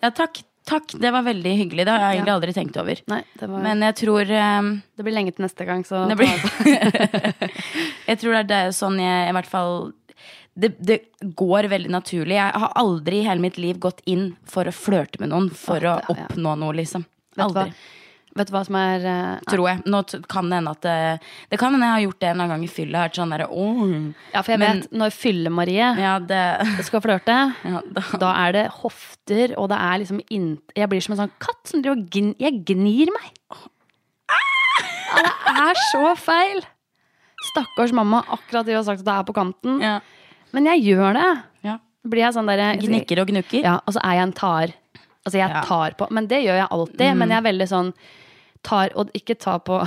S2: Ja. takk. Takk, det var veldig hyggelig. Det har jeg egentlig aldri tenkt over.
S1: Nei, det, var,
S2: Men jeg tror eh,
S1: det blir lenge til neste gang, så
S2: det blir Jeg tror det er det sånn jeg i hvert fall det, det går veldig naturlig. Jeg har aldri i hele mitt liv gått inn for å flørte med noen for
S1: Ah,
S2: å
S1: det- ja.
S2: oppnå noe, liksom.
S1: Vet du hva,
S2: Aldri.
S1: vet du hva som er eh,
S2: Tror jeg. Nå t- kan det hende at eh, Det kan hende jeg har gjort det en eller annen gang i fylla. Hørt sånn derre «Åh».
S1: Ja, for jeg
S2: Men-
S1: vet, når Fylle-Marie
S2: Ja, det
S1: skal flørte,
S2: ja, da.
S1: da er det hofter, og det er liksom inn, Jeg blir som en sånn katt som driver og gn, Jeg gnir meg.
S2: Ah!
S1: Ja, det er så feil! Stakkars mamma. Akkurat det hun har sagt at det er på kanten.
S2: Ja.
S1: Men jeg gjør det.
S2: Ja.
S1: Blir jeg sånn derre
S2: Gnikker og gnukker.
S1: Ja, og så er jeg en tar. Altså, jeg
S2: Ja. Mm.
S1: tar på Men det gjør jeg alltid. Men jeg er veldig sånn tar og ikke ta på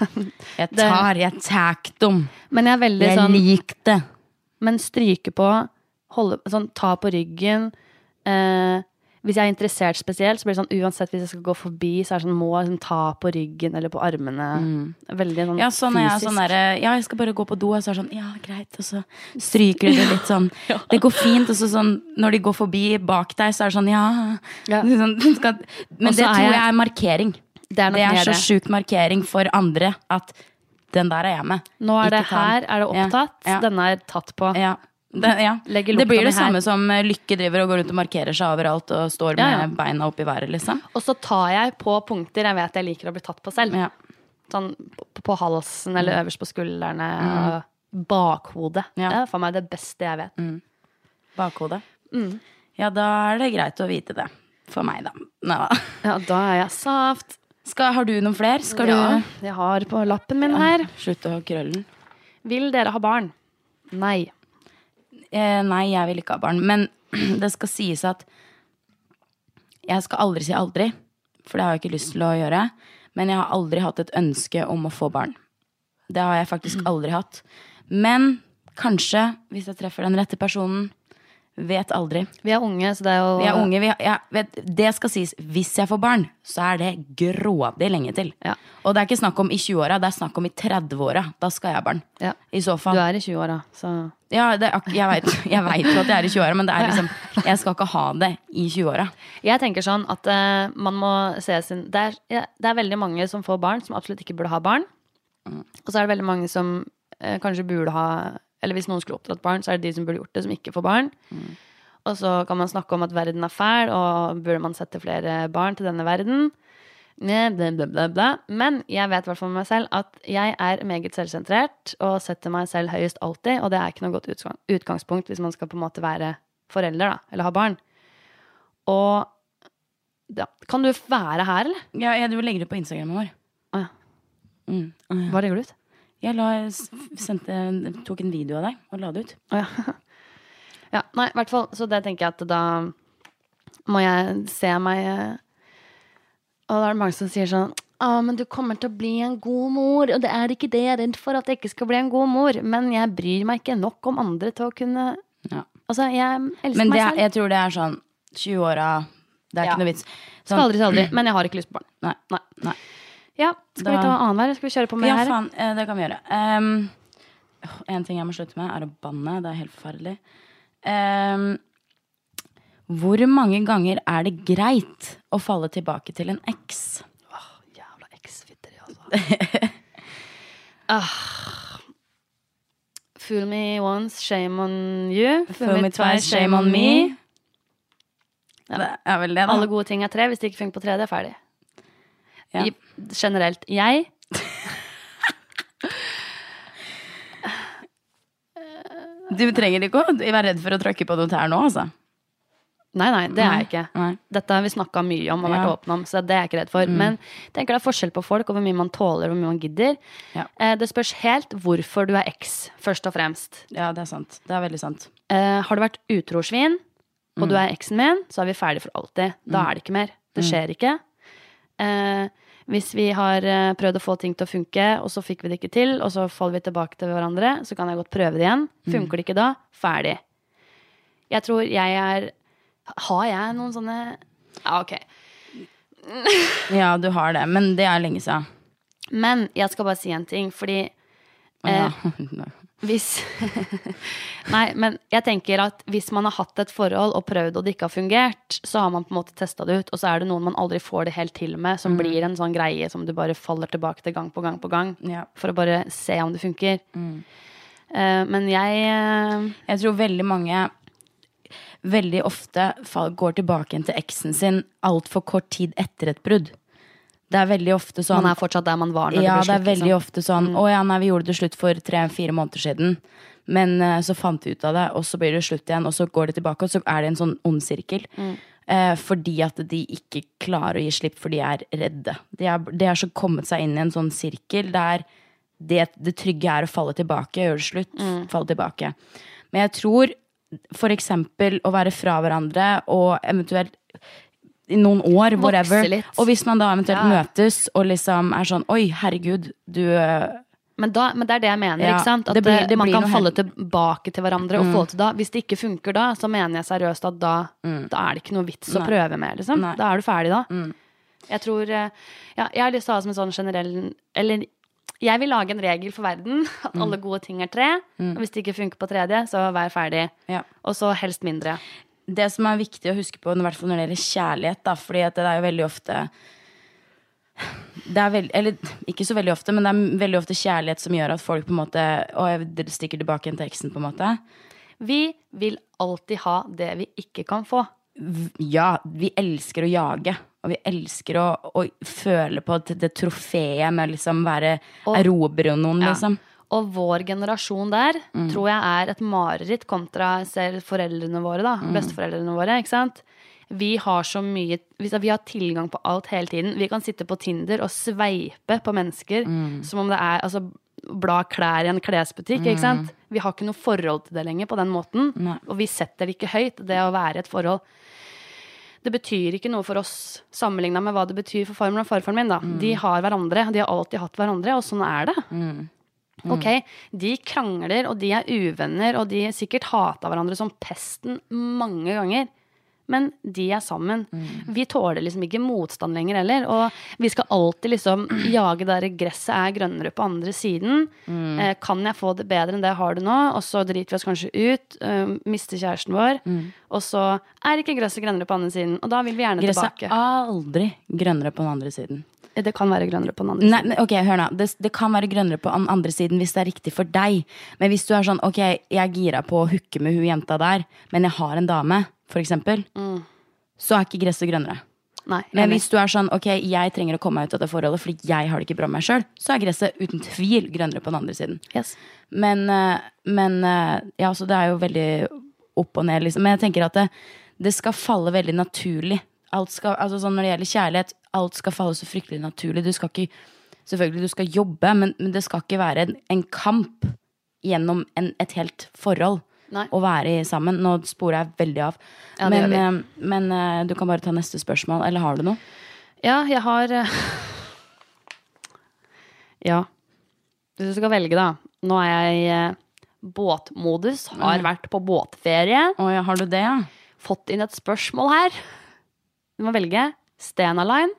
S2: Jeg
S1: Det-
S2: tar, jeg tæk dem.
S1: Men jeg er veldig
S2: Jeg
S1: sånn
S2: lik det.
S1: Men stryke på, holde, sånn, ta på ryggen. Eh, hvis jeg er interessert spesielt, så blir det sånn uansett hvis jeg skal gå forbi, så er det sånn må jeg sånn, ta på ryggen eller på armene. Veldig sånn,
S2: Mm. Ja, sånn er jeg,
S1: fysisk.
S2: sånn derre, ja, jeg skal bare gå på do, og så er det sånn Ja, greit. Og så stryker du det litt sånn. Det går fint. Og så sånn når de går forbi bak deg, så er det sånn Ja.
S1: Ja.
S2: Sånn, du skal, men
S1: Og så
S2: det
S1: er
S2: tror
S1: jeg-
S2: jeg er markering.
S1: Det er nok
S2: det
S1: mer
S2: er så
S1: det.
S2: sjuk markering for andre at den der er jeg med.
S1: Nå er det
S2: Ikke ta
S1: her,
S2: den.
S1: er det opptatt.
S2: Ja, ja,
S1: Denne er tatt på.
S2: ja. Det, ja.
S1: Legger
S2: det blir
S1: lukta mi
S2: det
S1: her.
S2: samme som eh, Lykke driver og går rundt og markerer seg overalt og står
S1: Ja, ja.
S2: med beina opp i været, liksom.
S1: Og så tar jeg på punkter jeg vet jeg liker å bli tatt på selv.
S2: Ja. Mm.
S1: Sånn på, på halsen eller øverst på skuldrene. og Bakhodet.
S2: Ja. Mm.
S1: Det er faen meg det beste jeg vet.
S2: Bakhodet.
S1: Mm.
S2: Ja, da er det greit å vite det. For meg, da. Neida.
S1: Ja, da er jeg saft.
S2: Skal, har du noen flere? Skal
S1: Ja,
S2: du
S1: jeg har på lappen min her.
S2: Slutt å ha krøllen.
S1: Vil dere ha barn? Nei.
S2: Eh, nei, jeg vil ikke ha barn. Men det skal sies at jeg skal aldri si aldri. For det har jeg ikke lyst til å gjøre. Men jeg har aldri hatt et ønske om å få barn. Det har jeg faktisk aldri hatt. Men kanskje, hvis jeg treffer den rette personen, vet aldri.
S1: Vi er unge, så det er jo
S2: Vi er unge. Vi har, jeg vet, det skal sies. Hvis jeg får barn, så er det grådig lenge til.
S1: Ja.
S2: Og det er ikke snakk om i 20-åra, det er snakk om i 30-åra. Da skal jeg ha barn.
S1: Ja.
S2: I så
S1: Du
S2: fall.
S1: er i 20-åra, så
S2: Ja, det, er ak- jeg veit jeg vet jo at jeg er i 20-åra, men det er liksom, jeg skal ikke ha det i 20-åra.
S1: Jeg tenker sånn at eh, man må se sin det er, ja, det er veldig mange som får barn, som absolutt ikke burde ha barn. Og så er det veldig mange som eh, kanskje burde ha Eller hvis noen skulle oppdratt barn, så er det de som burde gjort det, som ikke får barn. Og så kan man snakke om at verden er fæl, og burde man sette flere barn til denne verden? Bla, bla, bla, bla, bla. Men jeg vet i hvert fall med meg selv at jeg er meget selvsentrert og setter meg selv høyest alltid, og det er ikke noe godt utgang- utgangspunkt hvis man skal på en måte være forelder da, eller ha barn. Og ja. Kan du være her, eller?
S2: Ja, jeg driver og legger det på Instagramen vår.
S1: Å ja.
S2: Mm.
S1: Hva legger du ut?
S2: Jeg la, s- sendte, tok en video av deg og la det ut.
S1: Å ja. ja. Nei, i hvert fall. Så det tenker jeg at da må jeg se meg eh, Og da er det mange som sier sånn Å, men du kommer til å bli en god mor. Og det er ikke det jeg er redd for, at jeg ikke skal bli en god mor. Men jeg bryr meg ikke nok om andre til å kunne
S2: Ja.
S1: Altså, jeg elsker
S2: Men det,
S1: meg
S2: er-
S1: selv.
S2: jeg tror det er sånn 20-åra Det er
S1: Ja.
S2: ikke noe vits. Sånn,
S1: Skal aldri si aldri, men jeg har ikke lyst på barn.
S2: Nei.
S1: Nei.
S2: Nei.
S1: Ja, skal vi
S2: Da-
S1: ta annenhver? Skal vi kjøre på med
S2: ja,
S1: her?
S2: faen, eh, det kan vi gjøre. Ehm, åh, en ting jeg må slutte med, er å banne. Det er helt forferdelig. Ehm, hvor mange ganger er det greit å falle tilbake til en eks?
S1: Jævla eksfitteri, altså. ah. Fool me once, shame on you.
S2: Fool me twice, shame on me. Det er vel det, da.
S1: Alle gode ting er tre. Hvis det ikke funker på tre, det er ferdig.
S2: Ja.
S1: I, generelt. Jeg
S2: Du trenger ikke å være redd for å tråkke på noen tær nå, altså.
S1: Nei, nei, det er jeg ikke.
S2: Nei.
S1: Dette har vi snakka mye om og vært
S2: Ja. Mm.
S1: åpne om, så det er jeg ikke redd for. Men jeg tenker det er forskjell på folk og hvor mye man tåler og hvor mye man gidder.
S2: Ja.
S1: Eh, Det spørs helt hvorfor du er eks, først og fremst.
S2: Ja, det er sant. Det er veldig sant.
S1: Eh, Har du vært utrosvin, og du er eksen min, så er vi ferdig for alltid. Da er det ikke mer. Det skjer ikke. Eh, Hvis vi har eh, prøvd å få ting til å funke, og så fikk vi det ikke til, og så faller vi tilbake til hverandre, så kan jeg godt prøve det igjen. Funker det ikke da, ferdig. Jeg tror jeg er Har jeg noen sånne Ja, ok.
S2: Ja, du har det, men det er lenge siden.
S1: Men jeg skal bare si en ting, fordi
S2: Ja.
S1: hvis Nei, men jeg tenker at hvis man har hatt et forhold og prøvd og det ikke har fungert, så har man på en måte testa det ut, og så er det noen man aldri får det helt til med,
S2: Mm.
S1: som blir en sånn greie som du bare faller tilbake til gang på gang på gang,
S2: Ja. Mm.
S1: for å bare se om det funker. Eh, men jeg eh,
S2: Jeg tror veldig mange veldig ofte fall- går tilbake igjen til eksen sin altfor kort tid etter et brudd. Det er veldig ofte sånn
S1: Man er fortsatt der man var når
S2: Ja,
S1: det
S2: det
S1: ble
S2: er
S1: slutt.
S2: veldig
S1: liksom.
S2: ofte sånn Å ja, nei, vi gjorde det slutt for tre-fire måneder siden. Men eh, så fant vi ut av det, og så blir det slutt igjen, og så går det tilbake, og så er det en sånn ond sirkel.
S1: Mm.
S2: Eh, fordi at de ikke klarer å gi slipp, for de er redde. De er, de er så kommet seg inn i en sånn sirkel der det, det trygge er å falle tilbake, gjøre det slutt,
S1: Mm.
S2: falle tilbake. Men jeg tror for eksempel å være fra hverandre og eventuelt i noen år, whatever.
S1: litt.
S2: Og hvis man da eventuelt
S1: Ja.
S2: møtes og liksom er sånn Oi, herregud, du eh,
S1: Men, da, men det er det jeg mener.
S2: Ja,
S1: ikke sant? At
S2: det blir- det
S1: eh, man
S2: blir
S1: kan
S2: noe
S1: falle
S2: helt- Mm.
S1: tilbake til hverandre. og få til da. Hvis det ikke funker da, så mener jeg seriøst at da, da er det ikke noe vits å prøve mer. Liksom.
S2: Mm. Nei. Mm.
S1: Da er du ferdig da. Jeg tror eh, ja, Jeg har lyst til å ha som en sånn generell Eller jeg vil lage en regel for verden. At alle
S2: Mm.
S1: gode ting er tre. Og hvis det ikke funker på tredje, så vær ferdig.
S2: Ja.
S1: Og så helst mindre.
S2: det som er viktig å huske på, i hvert fall når det gjelder kjærlighet, da, fordi at det er jo veldig ofte det er veld, eller ikke så veldig ofte, men det er veldig ofte kjærlighet som gjør at folk på en måte Og jeg stikker tilbake igjen til eksen, på en måte.
S1: Vi vil alltid ha det vi ikke kan få.
S2: Ja, vi elsker å jage. Og vi elsker å, å føle på det, det trofeet med å liksom være erobre noen,
S1: Ja.
S2: liksom.
S1: Og vår generasjon der tror jeg er et mareritt kontra selv foreldrene våre, da. Besteforeldrene våre, ikke sant. Vi har så mye hvis Vi har tilgang på alt hele tiden. Vi kan sitte på Tinder og sveipe på mennesker som om det er altså, Bla klær i en klesbutikk, ikke sant. Vi har ikke noe forhold til det lenger på den måten.
S2: Nei.
S1: Og vi setter det ikke høyt, det å være et forhold. Det betyr ikke noe for oss sammenligna med hva det betyr for farmor og farfaren min, da. De har hverandre, de har alltid hatt hverandre, og sånn er det.
S2: Mm.
S1: Ok, De krangler, og de er uvenner, og de sikkert hata hverandre som pesten mange ganger. Men de er sammen.
S2: Mm.
S1: Vi tåler liksom ikke motstand lenger heller. Og vi skal alltid liksom jage der gresset er grønnere på andre siden.
S2: Mm.
S1: Eh, kan jeg få det bedre enn det jeg har det nå? Og så driter vi oss kanskje ut. Eh, mister kjæresten vår.
S2: Mm.
S1: Og så er ikke gresset grønnere på andre siden. Og da vil vi gjerne
S2: Gresset er
S1: tilbake.
S2: aldri grønnere på den andre siden.
S1: Det kan være grønnere på den andre
S2: Nei, men ok, hør nå. Det, det kan være grønnere på den andre siden hvis det er riktig for deg. Men hvis du er sånn ok, jeg er gira på å hooke med hun jenta der, men jeg har en dame, for eksempel, så er ikke gresset grønnere.
S1: siden. Nei,
S2: Men
S1: Mm. enig.
S2: hvis du er sånn ok, jeg trenger å komme meg ut av det forholdet fordi jeg har det ikke bra med meg sjøl, så er gresset uten tvil grønnere på den andre siden.
S1: yes.
S2: Men, eh, men eh, ja, så det er jo veldig opp og ned, liksom. Men jeg tenker at det, det skal falle veldig naturlig. Alt skal, altså sånn Når det gjelder kjærlighet, alt skal falle så fryktelig naturlig. Du skal ikke, selvfølgelig, du skal jobbe, men, men det skal ikke være en, en kamp gjennom en, et helt forhold.
S1: Nei.
S2: Å være i sammen. Nå sporer jeg veldig av.
S1: Ja, det
S2: men
S1: gjør
S2: eh, men eh, du kan bare ta neste spørsmål. Eller har du noe?
S1: Ja, jeg har eh, Ja. Hvis du skal velge, da. Nå er jeg eh, båtmodus. Har vært på båtferie.
S2: Å ja, har du det, ja?
S1: Fått inn et spørsmål her. Du må velge Stena Line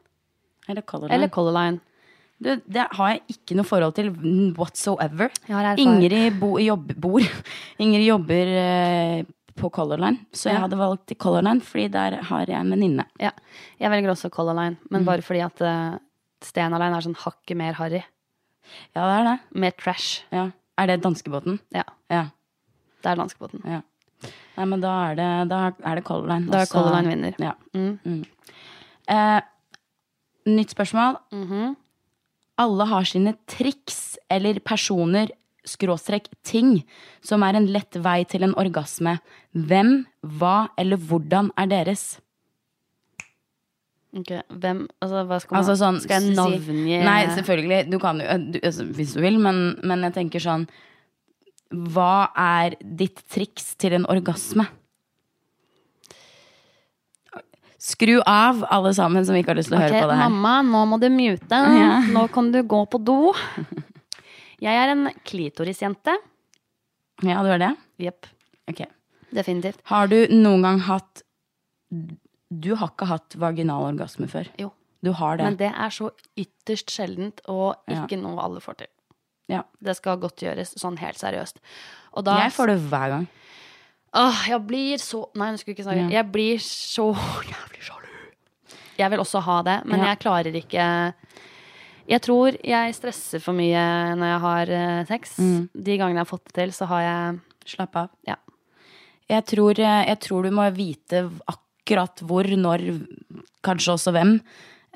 S2: Eller Color Line?
S1: eller Color Line.
S2: Du, det har jeg ikke noe forhold til whatsoever.
S1: Jeg har erfaring.
S2: Ingrid bo, jobber, bor Ingrid jobber eh, på Color Line, så jeg
S1: Ja.
S2: hadde valgt Color Line, fordi der har jeg en venninne.
S1: Ja, jeg velger også Color Line, men bare fordi at uh, Stena Line er sånn hakket mer harry.
S2: Ja, det er det.
S1: Mer trash.
S2: Ja. Er det danskebåten?
S1: Ja,
S2: Ja.
S1: det er danskebåten.
S2: ja. Nei, men da er det, da er det Color Line.
S1: Da er
S2: og så-
S1: Color Line vinner.
S2: Ja.
S1: Mm.
S2: Eh, nytt spørsmål.
S1: Mm-hmm.
S2: Alle har sine triks eller personer, skråstrek ting, som er en lett vei til en orgasme. Hvem, hva eller hvordan er deres?
S1: Ok, Hvem, altså hva skal man
S2: Altså sånn,
S1: Skal jeg
S2: si-
S1: navngi
S2: Nei, selvfølgelig. Du kan jo du, altså, hvis du vil, men, men jeg tenker sånn Hva er ditt triks til en orgasme? Skru av, alle sammen som ikke har lyst til å
S1: Ok,
S2: høre på det her.
S1: Mamma, nå må du mute. Nå kan du gå på do. Jeg er en klitorisjente.
S2: Ja, du er det?
S1: Jepp.
S2: Ok.
S1: Definitivt.
S2: Har du noen gang hatt Du har ikke hatt vaginal orgasme før.
S1: Jo.
S2: Du har det.
S1: Men det er så ytterst sjeldent, og ikke noe alle får til.
S2: ja.
S1: Det skal godt gjøres, sånn helt seriøst. Og da
S2: Jeg får det hver gang.
S1: Åh, jeg blir så Nei, nå skulle jeg ikke snakke. Jeg blir så jævlig sjalu. Jeg vil også ha det, men
S2: Ja.
S1: jeg klarer ikke Jeg tror jeg stresser for mye når jeg har eh, sex. De gangene jeg har fått det til, så har jeg
S2: Mm. Slapp av.
S1: Ja.
S2: Jeg tror, eh, jeg tror du må vite akkurat hvor, når, kanskje også hvem,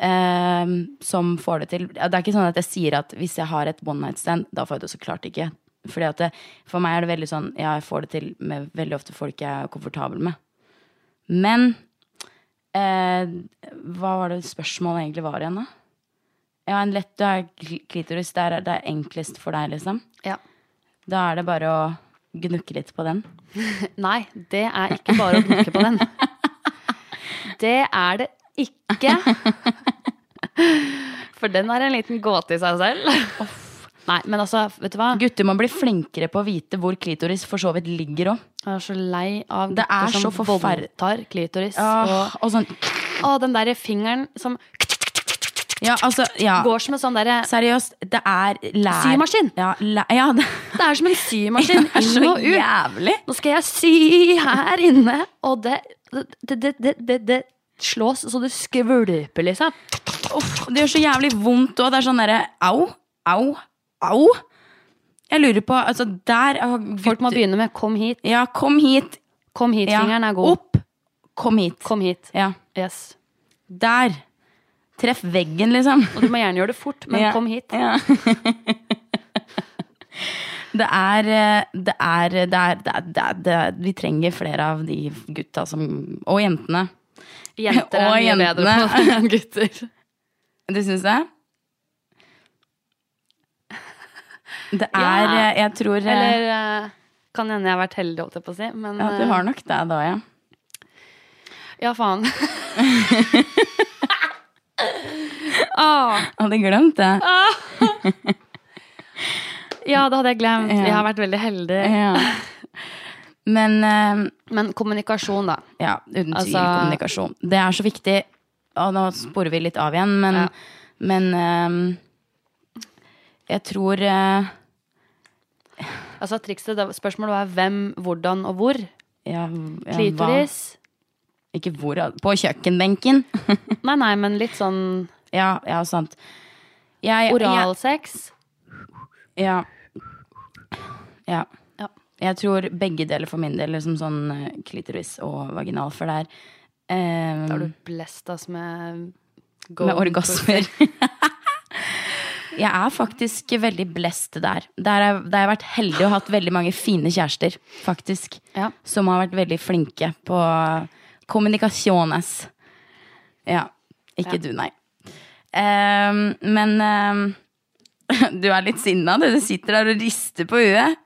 S2: eh, som får det til. Det er ikke sånn at jeg sier at hvis jeg har et one night stand, da får jeg det så klart ikke. Fordi at det, for meg er det veldig sånn, ja, jeg får det til med veldig ofte folk jeg er komfortabel med. Men eh, hva var det spørsmålet egentlig var igjen, da? Ja, en lett du er kl- klitoris, det er, det er enklest for deg, liksom.
S1: ja.
S2: Da er det bare å gnukke litt på den.
S1: Nei, det er ikke bare å gnukke på den. Det er det ikke. For den er en liten gåte i seg selv. Nei, men altså, vet du hva?
S2: Gutter må bli flinkere på å vite hvor klitoris for så vidt ligger òg.
S1: Jeg er så lei av
S2: Det er
S1: gutter som
S2: så forferd-
S1: voldtar klitoris.
S2: Og, og sånn
S1: Og, å, den derre fingeren som
S2: Ja, altså, ja.
S1: går som en sånn derre
S2: Seriøst, det er lær...
S1: Symaskin.
S2: Ja, læ- ja det
S1: Det er som en symaskin.
S2: Det er så
S1: inn og ut.
S2: jævlig.
S1: Nå skal jeg sy her inne, og det Det, det, det, det, det slås så det skvulper, liksom.
S2: Uff, det gjør så jævlig vondt òg. Det er sånn derre au, au, au. Jeg lurer på Altså, der ah,
S1: Folk må
S2: gutter-
S1: begynne med 'kom hit',
S2: Ja, kom hit.
S1: 'kom hit',
S2: Ja.
S1: fingeren er god.
S2: Opp. Kom hit.
S1: Kom hit.
S2: Ja.
S1: Yes.
S2: Der. Treff veggen, liksom.
S1: Og du må gjerne gjøre det fort, men
S2: Ja.
S1: kom hit.
S2: Ja. Det er, eh, det er, det er, det er, det er, det er Vi trenger flere av de gutta som Og jentene.
S1: Jenter er
S2: Og
S1: mye bedre på det enn gutter.
S2: Du syns det? Det er
S1: Ja.
S2: eh, Jeg tror eh,
S1: Eller eh, kan hende jeg har vært heldig, holdt jeg på å si. Men
S2: ja, Du har nok det da, ja.
S1: eh, ja, faen. ah,
S2: Hadde glemt det.
S1: ja, det hadde jeg glemt.
S2: Ja.
S1: Jeg har vært veldig heldig.
S2: Ja. Men eh,
S1: Men kommunikasjon, da.
S2: Ja, uten tvil
S1: Altså-
S2: kommunikasjon. Det er så viktig. Og nå sporer vi litt av igjen, men,
S1: Ja.
S2: men ehm, jeg tror eh,
S1: Altså trikset, det- Spørsmålet var hvem, hvordan og hvor.
S2: ja, ja,
S1: Klitoris.
S2: Hva? Ikke hvor, på kjøkkenbenken.
S1: Nei, nei, men litt sånn
S2: ja, ja, sant. Jeg,
S1: oralsex.
S2: Jeg, ja. ja.
S1: Ja.
S2: Jeg tror begge deler for min del, liksom sånn eh, klitoris og vaginal, for det er ehm,
S1: Da har du blest oss med
S2: Med orgasmer. jeg er faktisk veldig blest der. Der har der har jeg vært heldig og hatt veldig mange fine kjærester, faktisk.
S1: Ja.
S2: Som har vært veldig flinke på kommunikasjones. Ja. Ikke du, nei. Ehm, men ehm, du er litt sinna, du. Du sitter der og rister på huet.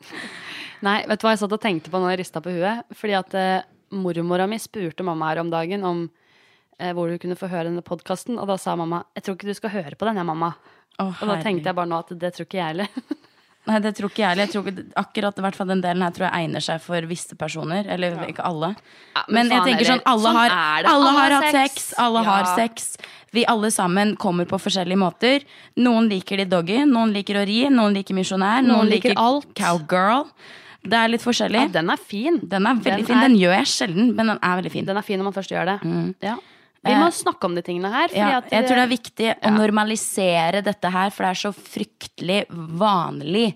S1: Nei, vet du hva jeg satt og tenkte på når jeg rista på huet? Fordi at eh, mormora mi spurte mamma her om dagen om eh, hvor du kunne få høre denne podkasten, og da sa mamma 'jeg tror ikke du skal høre på den, jeg, mamma'.
S2: Å,
S1: Og da
S2: herregud.
S1: tenkte jeg bare nå at det tror ikke jeg heller.
S2: Nei, det tror ikke jeg heller. Jeg tror ikke- Akkurat i hvert fall den delen her tror jeg egner seg for visse personer. Eller ikke alle.
S5: Ja, men
S2: men jeg
S5: faen
S2: tenker
S5: heller.
S2: sånn, alle,
S5: Sånn
S2: har,
S5: er
S2: alle,
S5: det. Alle
S2: har
S5: har
S2: hatt
S5: sex.
S2: sex. Alle har
S5: Ja.
S2: sex. Vi alle sammen kommer på forskjellige måter. Noen liker de doggy, noen liker å ri, noen liker misjonær, noen, liker
S1: alt.
S2: cowgirl. Det er litt forskjellig.
S1: Ja, den er fin.
S2: Den er veldig
S1: Den
S2: fin.
S1: er-
S2: Den gjør jeg sjelden, men den er veldig fin.
S1: Den er fin når man først gjør det. Ja. Vi må snakke om de tingene her. fordi
S2: Eh, Ja,
S1: at eh,
S2: jeg tror det er viktig å normalisere dette her, for det er så fryktelig vanlig.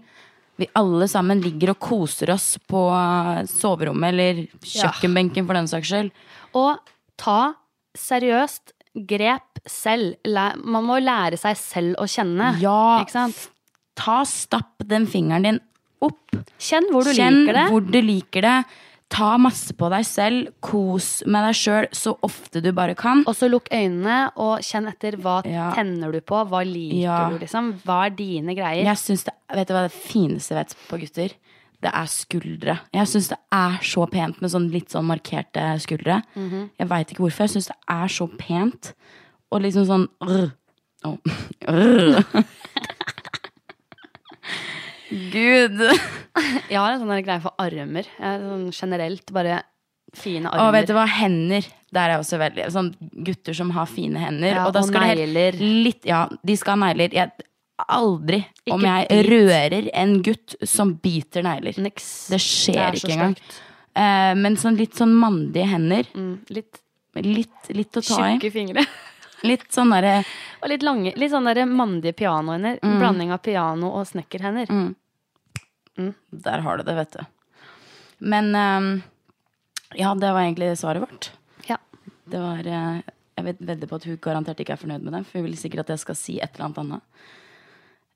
S2: Vi alle sammen ligger og koser oss på eh, soverommet eller kjøkkenbenken for den saks skyld.
S1: Og ta seriøst grep selv. Læ- Man må lære seg selv å kjenne.
S2: Ja.
S1: Ikke sant?
S2: Ta Stapp den fingeren din opp.
S1: Kjenn hvor du
S2: Kjenn
S1: liker det.
S2: hvor du liker det. Ta masse på deg selv. Kos med deg sjøl så ofte du bare kan.
S1: Og så lukk øynene og kjenn etter hva
S2: Ja.
S1: tenner du på, hva liker
S2: Ja.
S1: du, liksom. Hva er dine greier?
S2: Jeg synes det, vet du hva det fineste jeg vet på gutter? Det er skuldre. Jeg syns det er så pent med sånn litt sånn markerte skuldre.
S1: Mhm.
S2: Jeg veit ikke hvorfor. Jeg syns det er så pent. Og liksom sånn rr. Å, rr. Gud.
S1: Jeg har en sånn der greie for armer. Jeg er sånn generelt bare fine
S2: Og vet
S1: armer.
S2: du hva, hender. Der er jeg også veldig Sånn gutter som har fine hender.
S1: Ja,
S2: og da
S1: og
S2: skal det helt-
S1: negler.
S2: Litt, ja, de skal ha negler. Jeg, aldri om
S1: Ikke
S2: jeg
S1: bit.
S2: rører en gutt som biter negler.
S1: Niks.
S2: Det skjer
S1: er så
S2: ikke engang.
S1: stygt.
S2: Eh, men sånn litt sånn mandige hender.
S1: Mm, litt
S2: Litt, litt å ta i.
S1: tjukke fingre.
S2: Litt sånn derre
S1: Og litt lange, litt sånn der mandige pianohender.
S2: Mm.
S1: Blanding av piano og snekkerhender.
S2: Der har du det, vet du. Men eh, ja, det var egentlig svaret vårt.
S1: Ja.
S2: Det var eh, Jeg vet- vedder på at hun garantert ikke er fornøyd med det, for hun vil sikkert at jeg skal si et eller annet annet.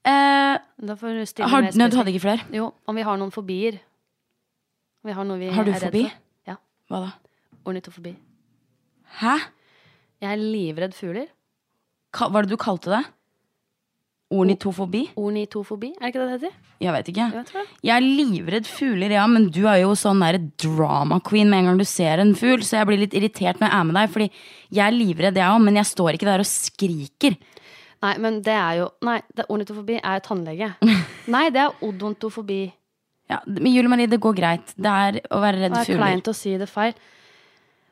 S2: Eh,
S1: Da får du stille
S2: har, nei,
S1: mer
S2: du
S1: spesifikt.
S2: hadde ikke flere?
S1: Jo, om vi har noen fobier. Om Vi har, noe vi
S2: Har du
S1: er redd
S2: fobi?
S1: for. Ja.
S2: Hva da?
S1: Ornitofobi.
S2: Hæ?
S1: Jeg er livredd fugler.
S2: Hva var det du kalte det? Ornitofobi?
S1: Ornitofobi, er det ikke det det heter?
S2: Jeg vet ikke.
S1: Jeg tror det.
S2: Jeg er livredd fugler, ja, men du er jo sånn der drama queen med en gang du ser en fugl, så jeg blir litt irritert når jeg er med deg, fordi jeg er livredd, jeg òg, men jeg står ikke der og skriker.
S1: Nei, men det er jo Nei, det, ornitofobi er jo tannlege. nei, det er odontofobi.
S2: Ja, men Julie Marie, det går greit. Det er å være redd
S1: Det er
S2: fugler.
S1: kleint å si det feil.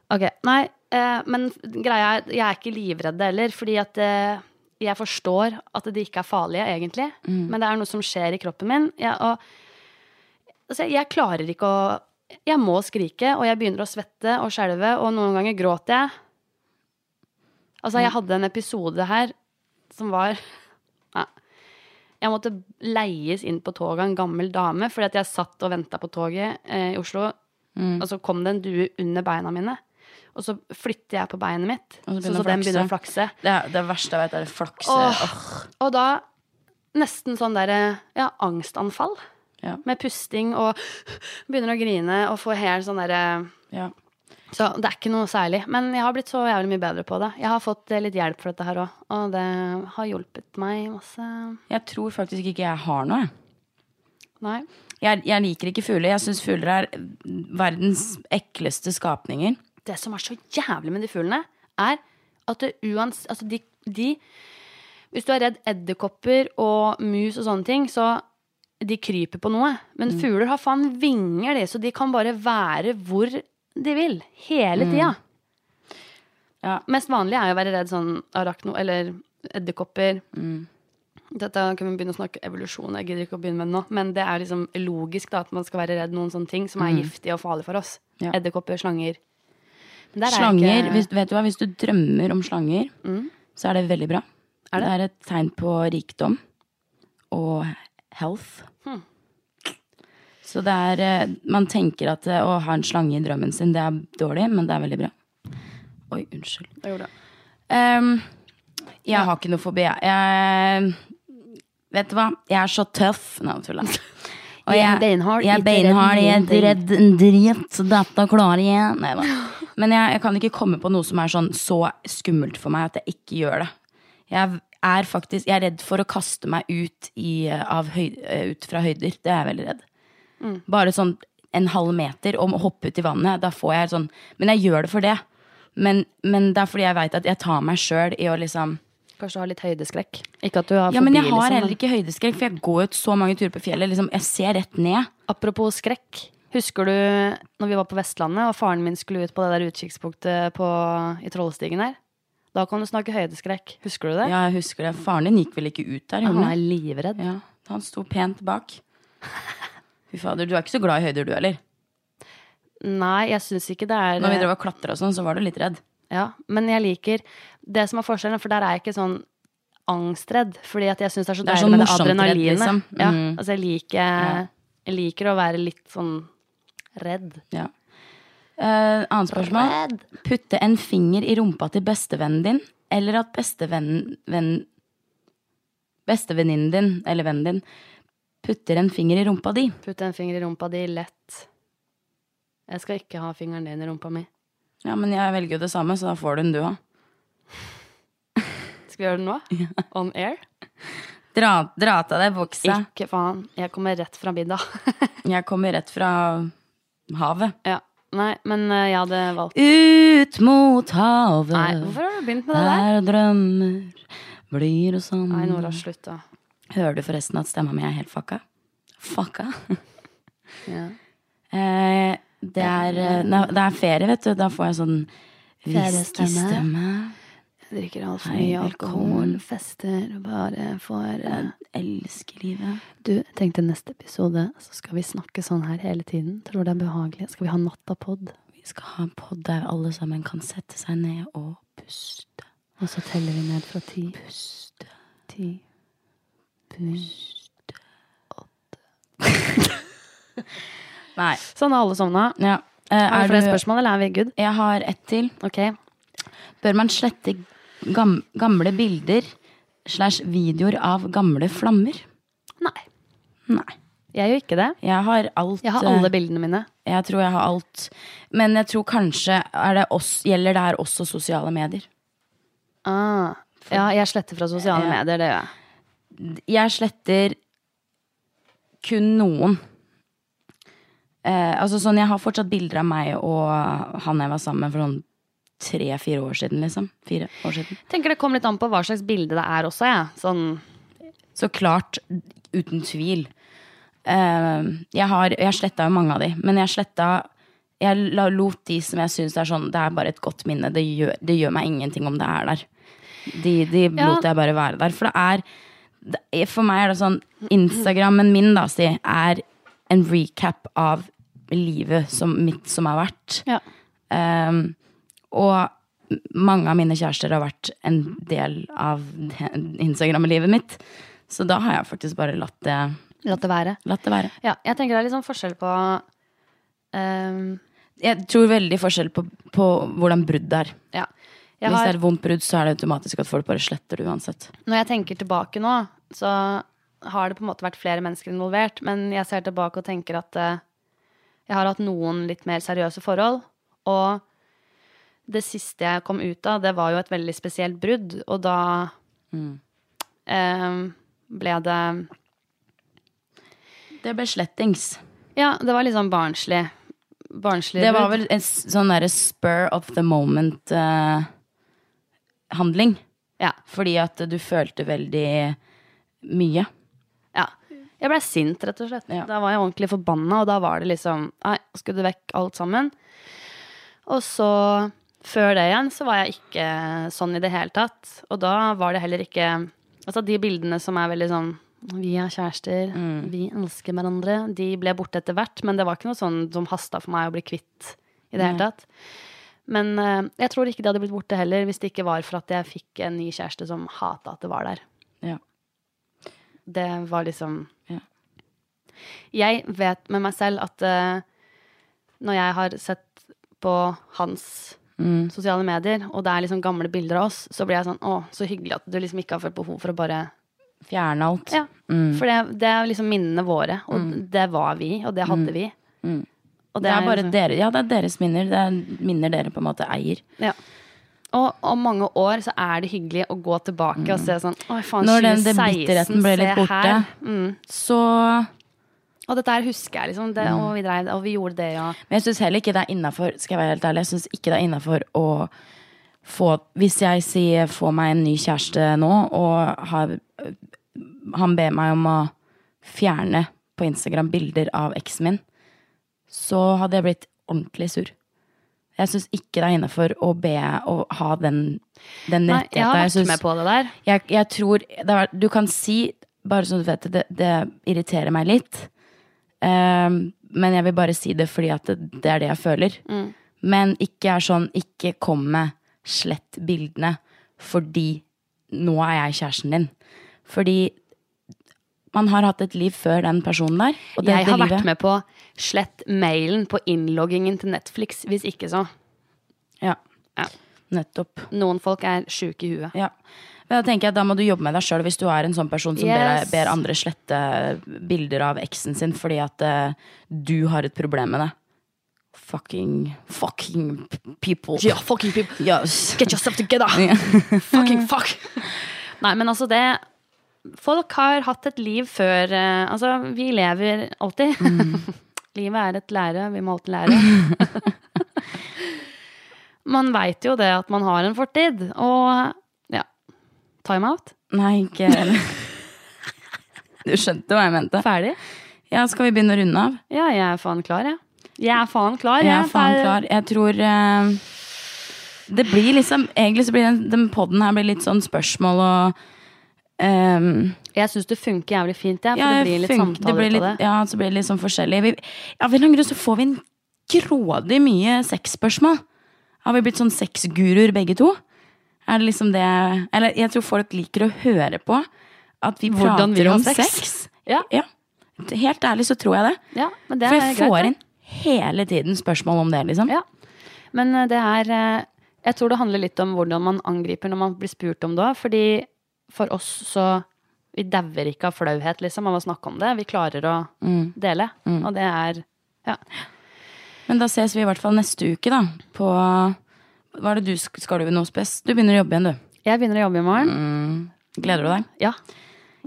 S1: Ok, nei, eh, men greia er Jeg er ikke livredd heller, fordi at eh, jeg forstår at de ikke er farlige, egentlig. Men det er noe som skjer i kroppen min. Jeg, og, altså, jeg klarer ikke å Jeg må skrike, og jeg begynner å svette og skjelve, og noen ganger gråter jeg. Altså, jeg hadde en episode her som var Nei. Jeg måtte leies inn på toget av en gammel dame, fordi at jeg satt og venta på toget eh, i Oslo.
S2: Mm.
S1: Og så kom det en due under beina mine. Og så flytter jeg på beinet mitt,
S2: Og så begynner
S1: så, så
S2: den å
S1: den begynner å flakse.
S2: Det, er- det verste jeg vet, er flakse.
S1: Åh.
S2: Åh.
S1: Og da nesten sånn der eh, ja, angstanfall.
S2: Ja.
S1: Med pusting og begynner å grine og får helt sånn derre
S2: Ja.
S1: Så det er ikke noe særlig. Men jeg har blitt så jævlig mye bedre på det. Jeg har fått eh, litt hjelp for dette her òg, og det har hjulpet meg masse.
S2: Jeg tror faktisk ikke jeg har noe. jeg.
S1: Nei.
S2: Jeg, jeg liker ikke fugler. Jeg syns fugler er verdens ekleste skapninger.
S1: det som er så jævlig med de fuglene, er at det uans... Altså, de, de Hvis du er redd edderkopper og mus og sånne ting, så de kryper på noe. Men
S2: Mm.
S1: fugler har faen vinger, de, så de kan bare være hvor de vil. Hele tida.
S2: Mm. Ja.
S1: Mest vanlig er jo å være redd sånn arachno eller edderkopper.
S2: Mm.
S1: Dette kan vi begynne å snakke evolusjon, jeg gidder ikke å begynne med det nå. Men det er liksom logisk da, at man skal være redd noen sånne ting som er giftige og farlige for oss.
S2: Mm. Ja.
S1: Edderkopper, slanger. Men der er jeg
S2: Slanger,
S1: ikke- Mm.
S2: hvis, vet du hva, hvis du drømmer om slanger, så er det veldig bra.
S1: Er det?
S2: er et tegn på rikdom og health.
S1: Hmm.
S2: Så det er eh, Man tenker at eh, å ha en slange i drømmen sin, det er dårlig, men det er veldig bra. Oi, unnskyld.
S1: Jeg gjorde det.
S2: Ehm, jeg har ikke noe fobi. jeg. Jeg, vet du hva? Jeg er så tøff. Nei, jeg tuller. Og
S1: Jeg er beinhard,
S2: Jeg er
S1: ikke redd
S2: beinhard, jeg er
S1: noen ting.
S2: redd en dritt. Dette klarer jeg. Nei da. Men jeg, jeg kan ikke komme på noe som er sånn så skummelt for meg at jeg ikke gjør det. Jeg er faktisk Jeg er redd for å kaste meg ut, i, eh, av høy, eh, ut fra høyder. Det er jeg veldig redd.
S1: Mm.
S2: Bare sånn en halv meter og må hoppe ut i vannet. Da får jeg sånn Men jeg gjør det for det. Men, men det er fordi jeg veit at jeg tar meg sjøl i å liksom
S1: Kanskje du har litt høydeskrekk. Ikke at du har
S2: Ja, men
S1: fobi,
S2: jeg har
S1: liksom,
S2: heller ikke høydeskrekk, for jeg går ut så mange turer på fjellet. Liksom, jeg ser rett ned.
S1: Apropos skrekk. Husker du når vi var på Vestlandet, og faren min skulle ut på det der utkikkspunktet på, i Trollstigen her? Da kan du snakke høydeskrekk. Husker du det? Mm.
S2: Ja, jeg husker det. Faren din gikk vel ikke ut der?
S1: Han
S2: gjorde
S1: er
S2: han det?
S1: livredd.
S2: Ja, han sto pent bak. Fy fader, du er ikke så glad i høyder, du heller.
S1: Nei, jeg syns ikke det er eh,
S2: Når vi drev og klatra og sånn, så var du litt redd.
S1: Ja, men jeg liker det som er forskjellen, for der er jeg ikke sånn angstredd. Fordi at jeg syns det er så
S2: Det er
S1: deilig
S2: sånn
S1: med det
S2: morsomt redd,
S1: adrenalinet.
S2: liksom.
S1: Ja,
S2: Mm.
S1: altså jeg liker, jeg liker å være litt sånn redd.
S2: Ja. Eh, annet spørsmål. Putte en finger i rumpa til bestevennen din, eller at bestevennen venn, Bestevenninnen din, eller vennen din, putter en finger i rumpa di.
S1: Putte en finger i rumpa di lett. Jeg skal ikke ha fingeren din i rumpa mi.
S2: Ja, men jeg velger jo det samme, så da får du den, du òg.
S1: Skal vi gjøre det nå? On air?
S2: Dra, dra av deg buksa.
S1: Ikke faen. Jeg kommer rett fra middag.
S2: Jeg kommer rett fra havet.
S1: ja. Nei, men eh, jeg hadde valgt
S2: Ut mot havet,
S1: Nei, hvorfor har du begynt med det der?
S2: der drømmer blir og sånn.
S1: Nei, Nora, slutt, da.
S2: Hører du forresten at stemma mi er helt fucka? Fucka?
S1: Ja.
S2: Eh, det, er, eh, nei, det er ferie, vet du. Da får jeg sånn whiskystemme.
S1: Jeg drikker altfor
S2: Hei,
S1: mye alkohol,
S2: velkommen.
S1: fester og bare får eh,
S2: Elsker livet.
S1: Du, jeg tenkte neste episode så skal vi snakke sånn her hele tiden. Tror det er behagelig. Skal vi ha nattapod?
S2: Vi skal ha en pod der alle sammen kan sette seg ned og puste.
S1: Og så teller vi ned fra ti.
S2: Puste.
S1: Ti.
S2: Nei.
S1: Sånn er alle sovna.
S2: Ja. Eh,
S1: Har
S2: er
S1: du flere
S2: du-
S1: spørsmål, eller er vi good?
S2: Jeg har ett til.
S1: Ok.
S2: Bør man slette gam gamle bilder slash videoer av gamle flammer?
S1: Nei.
S2: Nei.
S1: Jeg gjør ikke det.
S2: Jeg har alt
S1: Jeg har
S2: eh,
S1: alle bildene mine.
S2: Jeg tror jeg har alt. Men jeg tror kanskje er det oss, gjelder det her også sosiale medier.
S1: Ah. Ja, jeg sletter fra sosiale
S2: Ja.
S1: medier, det gjør jeg.
S2: Jeg sletter kun noen. Eh, altså sånn, Jeg har fortsatt bilder av meg og han jeg var sammen med for sånn tre-fire år siden. liksom. Fire år siden.
S1: Tenker det kommer litt an på hva slags bilde det er også, jeg. Sånn
S2: Så klart, uten tvil. Eh, jeg har jeg sletta jo mange av de, men jeg sletta jeg la- lot de som jeg syns er sånn Det er bare et godt minne. Det gjør, det gjør meg ingenting om det er der. De, de
S1: Ja.
S2: lot jeg bare være der. For det er det, er- For meg er det sånn Instagrammen min, da, si, er en recap av livet som, mitt som har vært.
S1: Ja.
S2: Ehm, og mange av mine kjærester har vært en del av det- Instagram-livet mitt. Så da har jeg faktisk bare latt det,
S1: La det være.
S2: latt det være.
S1: Ja, jeg tenker det er litt sånn forskjell på ehm,
S2: Jeg tror veldig forskjell på, på hvordan brudd er.
S1: Ja. Jeg
S2: Hvis
S1: har-
S2: det er et vondt brudd, så er det automatisk at folk bare sletter det uansett.
S1: Når jeg tenker tilbake nå, så har det på en måte vært flere mennesker involvert, men jeg ser tilbake og tenker at eh, jeg har hatt noen litt mer seriøse forhold. Og det siste jeg kom ut av, det var jo et veldig spesielt brudd, og da Mm. eh, ble det
S2: Det ble slettings.
S1: Ja, det var litt sånn barnslig. Barnslig
S2: Det var
S1: brudd.
S2: vel en s- sånn derre spur of the moment-handling.
S1: Ja.
S2: Fordi at du følte veldig mye.
S1: Ja. Jeg ble sint, rett og slett.
S2: Ja.
S1: Da var jeg ordentlig forbanna, og da var det liksom Nei, skulle det vekk alt sammen? Og så, før det igjen, så var jeg ikke sånn i det hele tatt. Og da var det heller ikke Altså, de bildene som er veldig sånn vi er kjærester, vi elsker hverandre. De ble borte etter hvert, men det var ikke noe sånn som hasta for meg å bli kvitt i det hele tatt. Men eh, jeg tror ikke de hadde blitt borte heller hvis det ikke var for at jeg fikk en ny kjæreste som hata at det var der.
S2: Ja.
S1: Det var liksom
S2: Ja.
S1: Jeg vet med meg selv at eh, når jeg har sett på hans
S2: Mm.
S1: sosiale medier, og det er liksom gamle bilder av oss, så blir jeg sånn Å, så hyggelig at du liksom ikke har følt behov for å bare
S2: Fjerne alt.
S1: Ja.
S2: Mm.
S1: For det, det er liksom minnene våre, og det var vi, og det hadde vi. Og
S2: Mm. Det er bare
S1: liksom-
S2: dere, ja, det er deres minner. Det er minner dere på en måte eier.
S1: Ja. Og om mange år så er det hyggelig å gå tilbake og se sånn Oi, faen,
S2: Mm. Når den,
S1: 2016,
S2: den bitterheten ble litt
S1: se
S2: borte,
S1: her. Mm.
S2: så
S1: Og dette her husker jeg, liksom. Det, og vi dreiv og vi gjorde det, ja.
S2: Men jeg syns heller ikke det er innafor, skal jeg være helt ærlig, jeg synes ikke det er innafor å få Hvis jeg sier 'få meg en ny kjæreste nå', og har, han ber meg om å fjerne på Instagram bilder av eksen min, så hadde jeg blitt ordentlig sur. Jeg syns ikke det er innafor å be å ha den, den
S1: Nei, jeg
S2: rettigheten.
S1: har vært
S2: synes-
S1: med på det der.
S2: jeg, jeg tror det er, Du kan si, bare så du vet det, det- det irriterer meg litt. Ehm, men jeg vil bare si det fordi at det, det er det jeg føler.
S1: Mm.
S2: Men ikke er sånn Ikke kom med slett bildene fordi nå er jeg kjæresten din. Fordi man har hatt et liv før den personen der. Og det,
S1: jeg
S2: det
S1: har
S2: livet,
S1: vært med på slett mailen på innloggingen til Netflix, hvis ikke så.
S2: Ja,
S1: Ja.
S2: nettopp.
S1: Noen folk er sjuke i huet.
S2: Ja. Men da tenker jeg at da må du jobbe med deg sjøl hvis du er en sånn person som ber, deg,
S1: Yes.
S2: ber andre slette bilder av eksen sin fordi at eh, du har et problem med det. Fucking fucking people.
S1: Yeah, fucking people.
S2: Yes.
S1: Get yourself together! fucking fuck! Nei, men altså det Folk har hatt et liv før eh, Altså, vi lever alltid. Livet er et lære, vi må alltid lære. man veit jo det at man har en fortid, og ja. Time out.
S2: Nei, ikke Du skjønte hva jeg mente.
S1: Ferdig.
S2: Ja, skal vi begynne å runde av?
S1: Ja, jeg er faen klar, jeg. Jeg er faen klar,
S2: Jeg er faen
S1: Det
S2: klar. Jeg tror eh, Det blir liksom Egentlig så blir den, den poden her blir litt sånn spørsmål og ehm,
S1: Jeg syns det funker jævlig fint, jeg. For
S2: Ja,
S1: det blir litt
S2: funk-
S1: samtale
S2: blir
S1: ut av
S2: litt-
S1: det.
S2: Ja, så blir det litt sånn forskjellig. Vi, ja, av en eller annen grunn så får vi en grådig mye sexspørsmål. Har vi blitt sånn sexguruer begge to? Er det liksom det Eller jeg tror folk liker å høre på at vi
S1: Hvordan vi
S2: prater
S1: har
S2: om
S1: sex.
S2: sex.
S1: Ja.
S2: Helt ærlig så tror jeg det.
S1: Ja, men det
S2: For
S1: er
S2: jeg
S1: greit,
S2: får
S1: det.
S2: inn hele tiden spørsmål om det, liksom.
S1: Ja. Men eh, det er eh, Jeg tror det handler litt om hvordan man angriper når man blir spurt om det òg. Fordi for oss så Vi dauer ikke av flauhet, liksom, av å snakke om det. Vi klarer å
S2: Mm.
S1: dele. Og det er Ja.
S2: Men da ses vi i hvert fall neste uke, da. På Hva er det du sk- skal du noe spes? Du begynner å jobbe igjen, du.
S1: Jeg begynner å jobbe i morgen.
S2: Gleder du deg?
S1: Ja.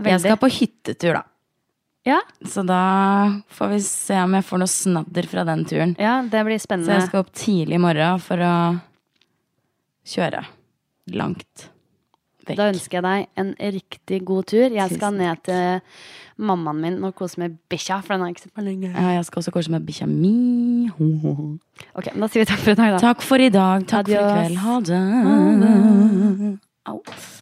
S2: Mm. Jeg skal på hyttetur, da.
S1: Ja,
S2: Så da får vi se om jeg får noe snadder fra den turen.
S1: ja, det blir
S2: Så jeg
S1: spennende.
S2: skal opp tidlig i morgen for å kjøre langt vekk.
S1: Da ønsker jeg deg en riktig god tur. Jeg skal
S2: Tusen
S1: ned til mammaen min og kose med bikkja, for den har jeg ikke sett på lenge.
S2: ja, jeg skal også kose med bikkja mi. Ho, ho, ho.
S1: Ok, men da sier vi takk for i dag, da.
S2: Takk for i dag. Takk for i
S1: Adios.
S2: kveld. Ha det. Au.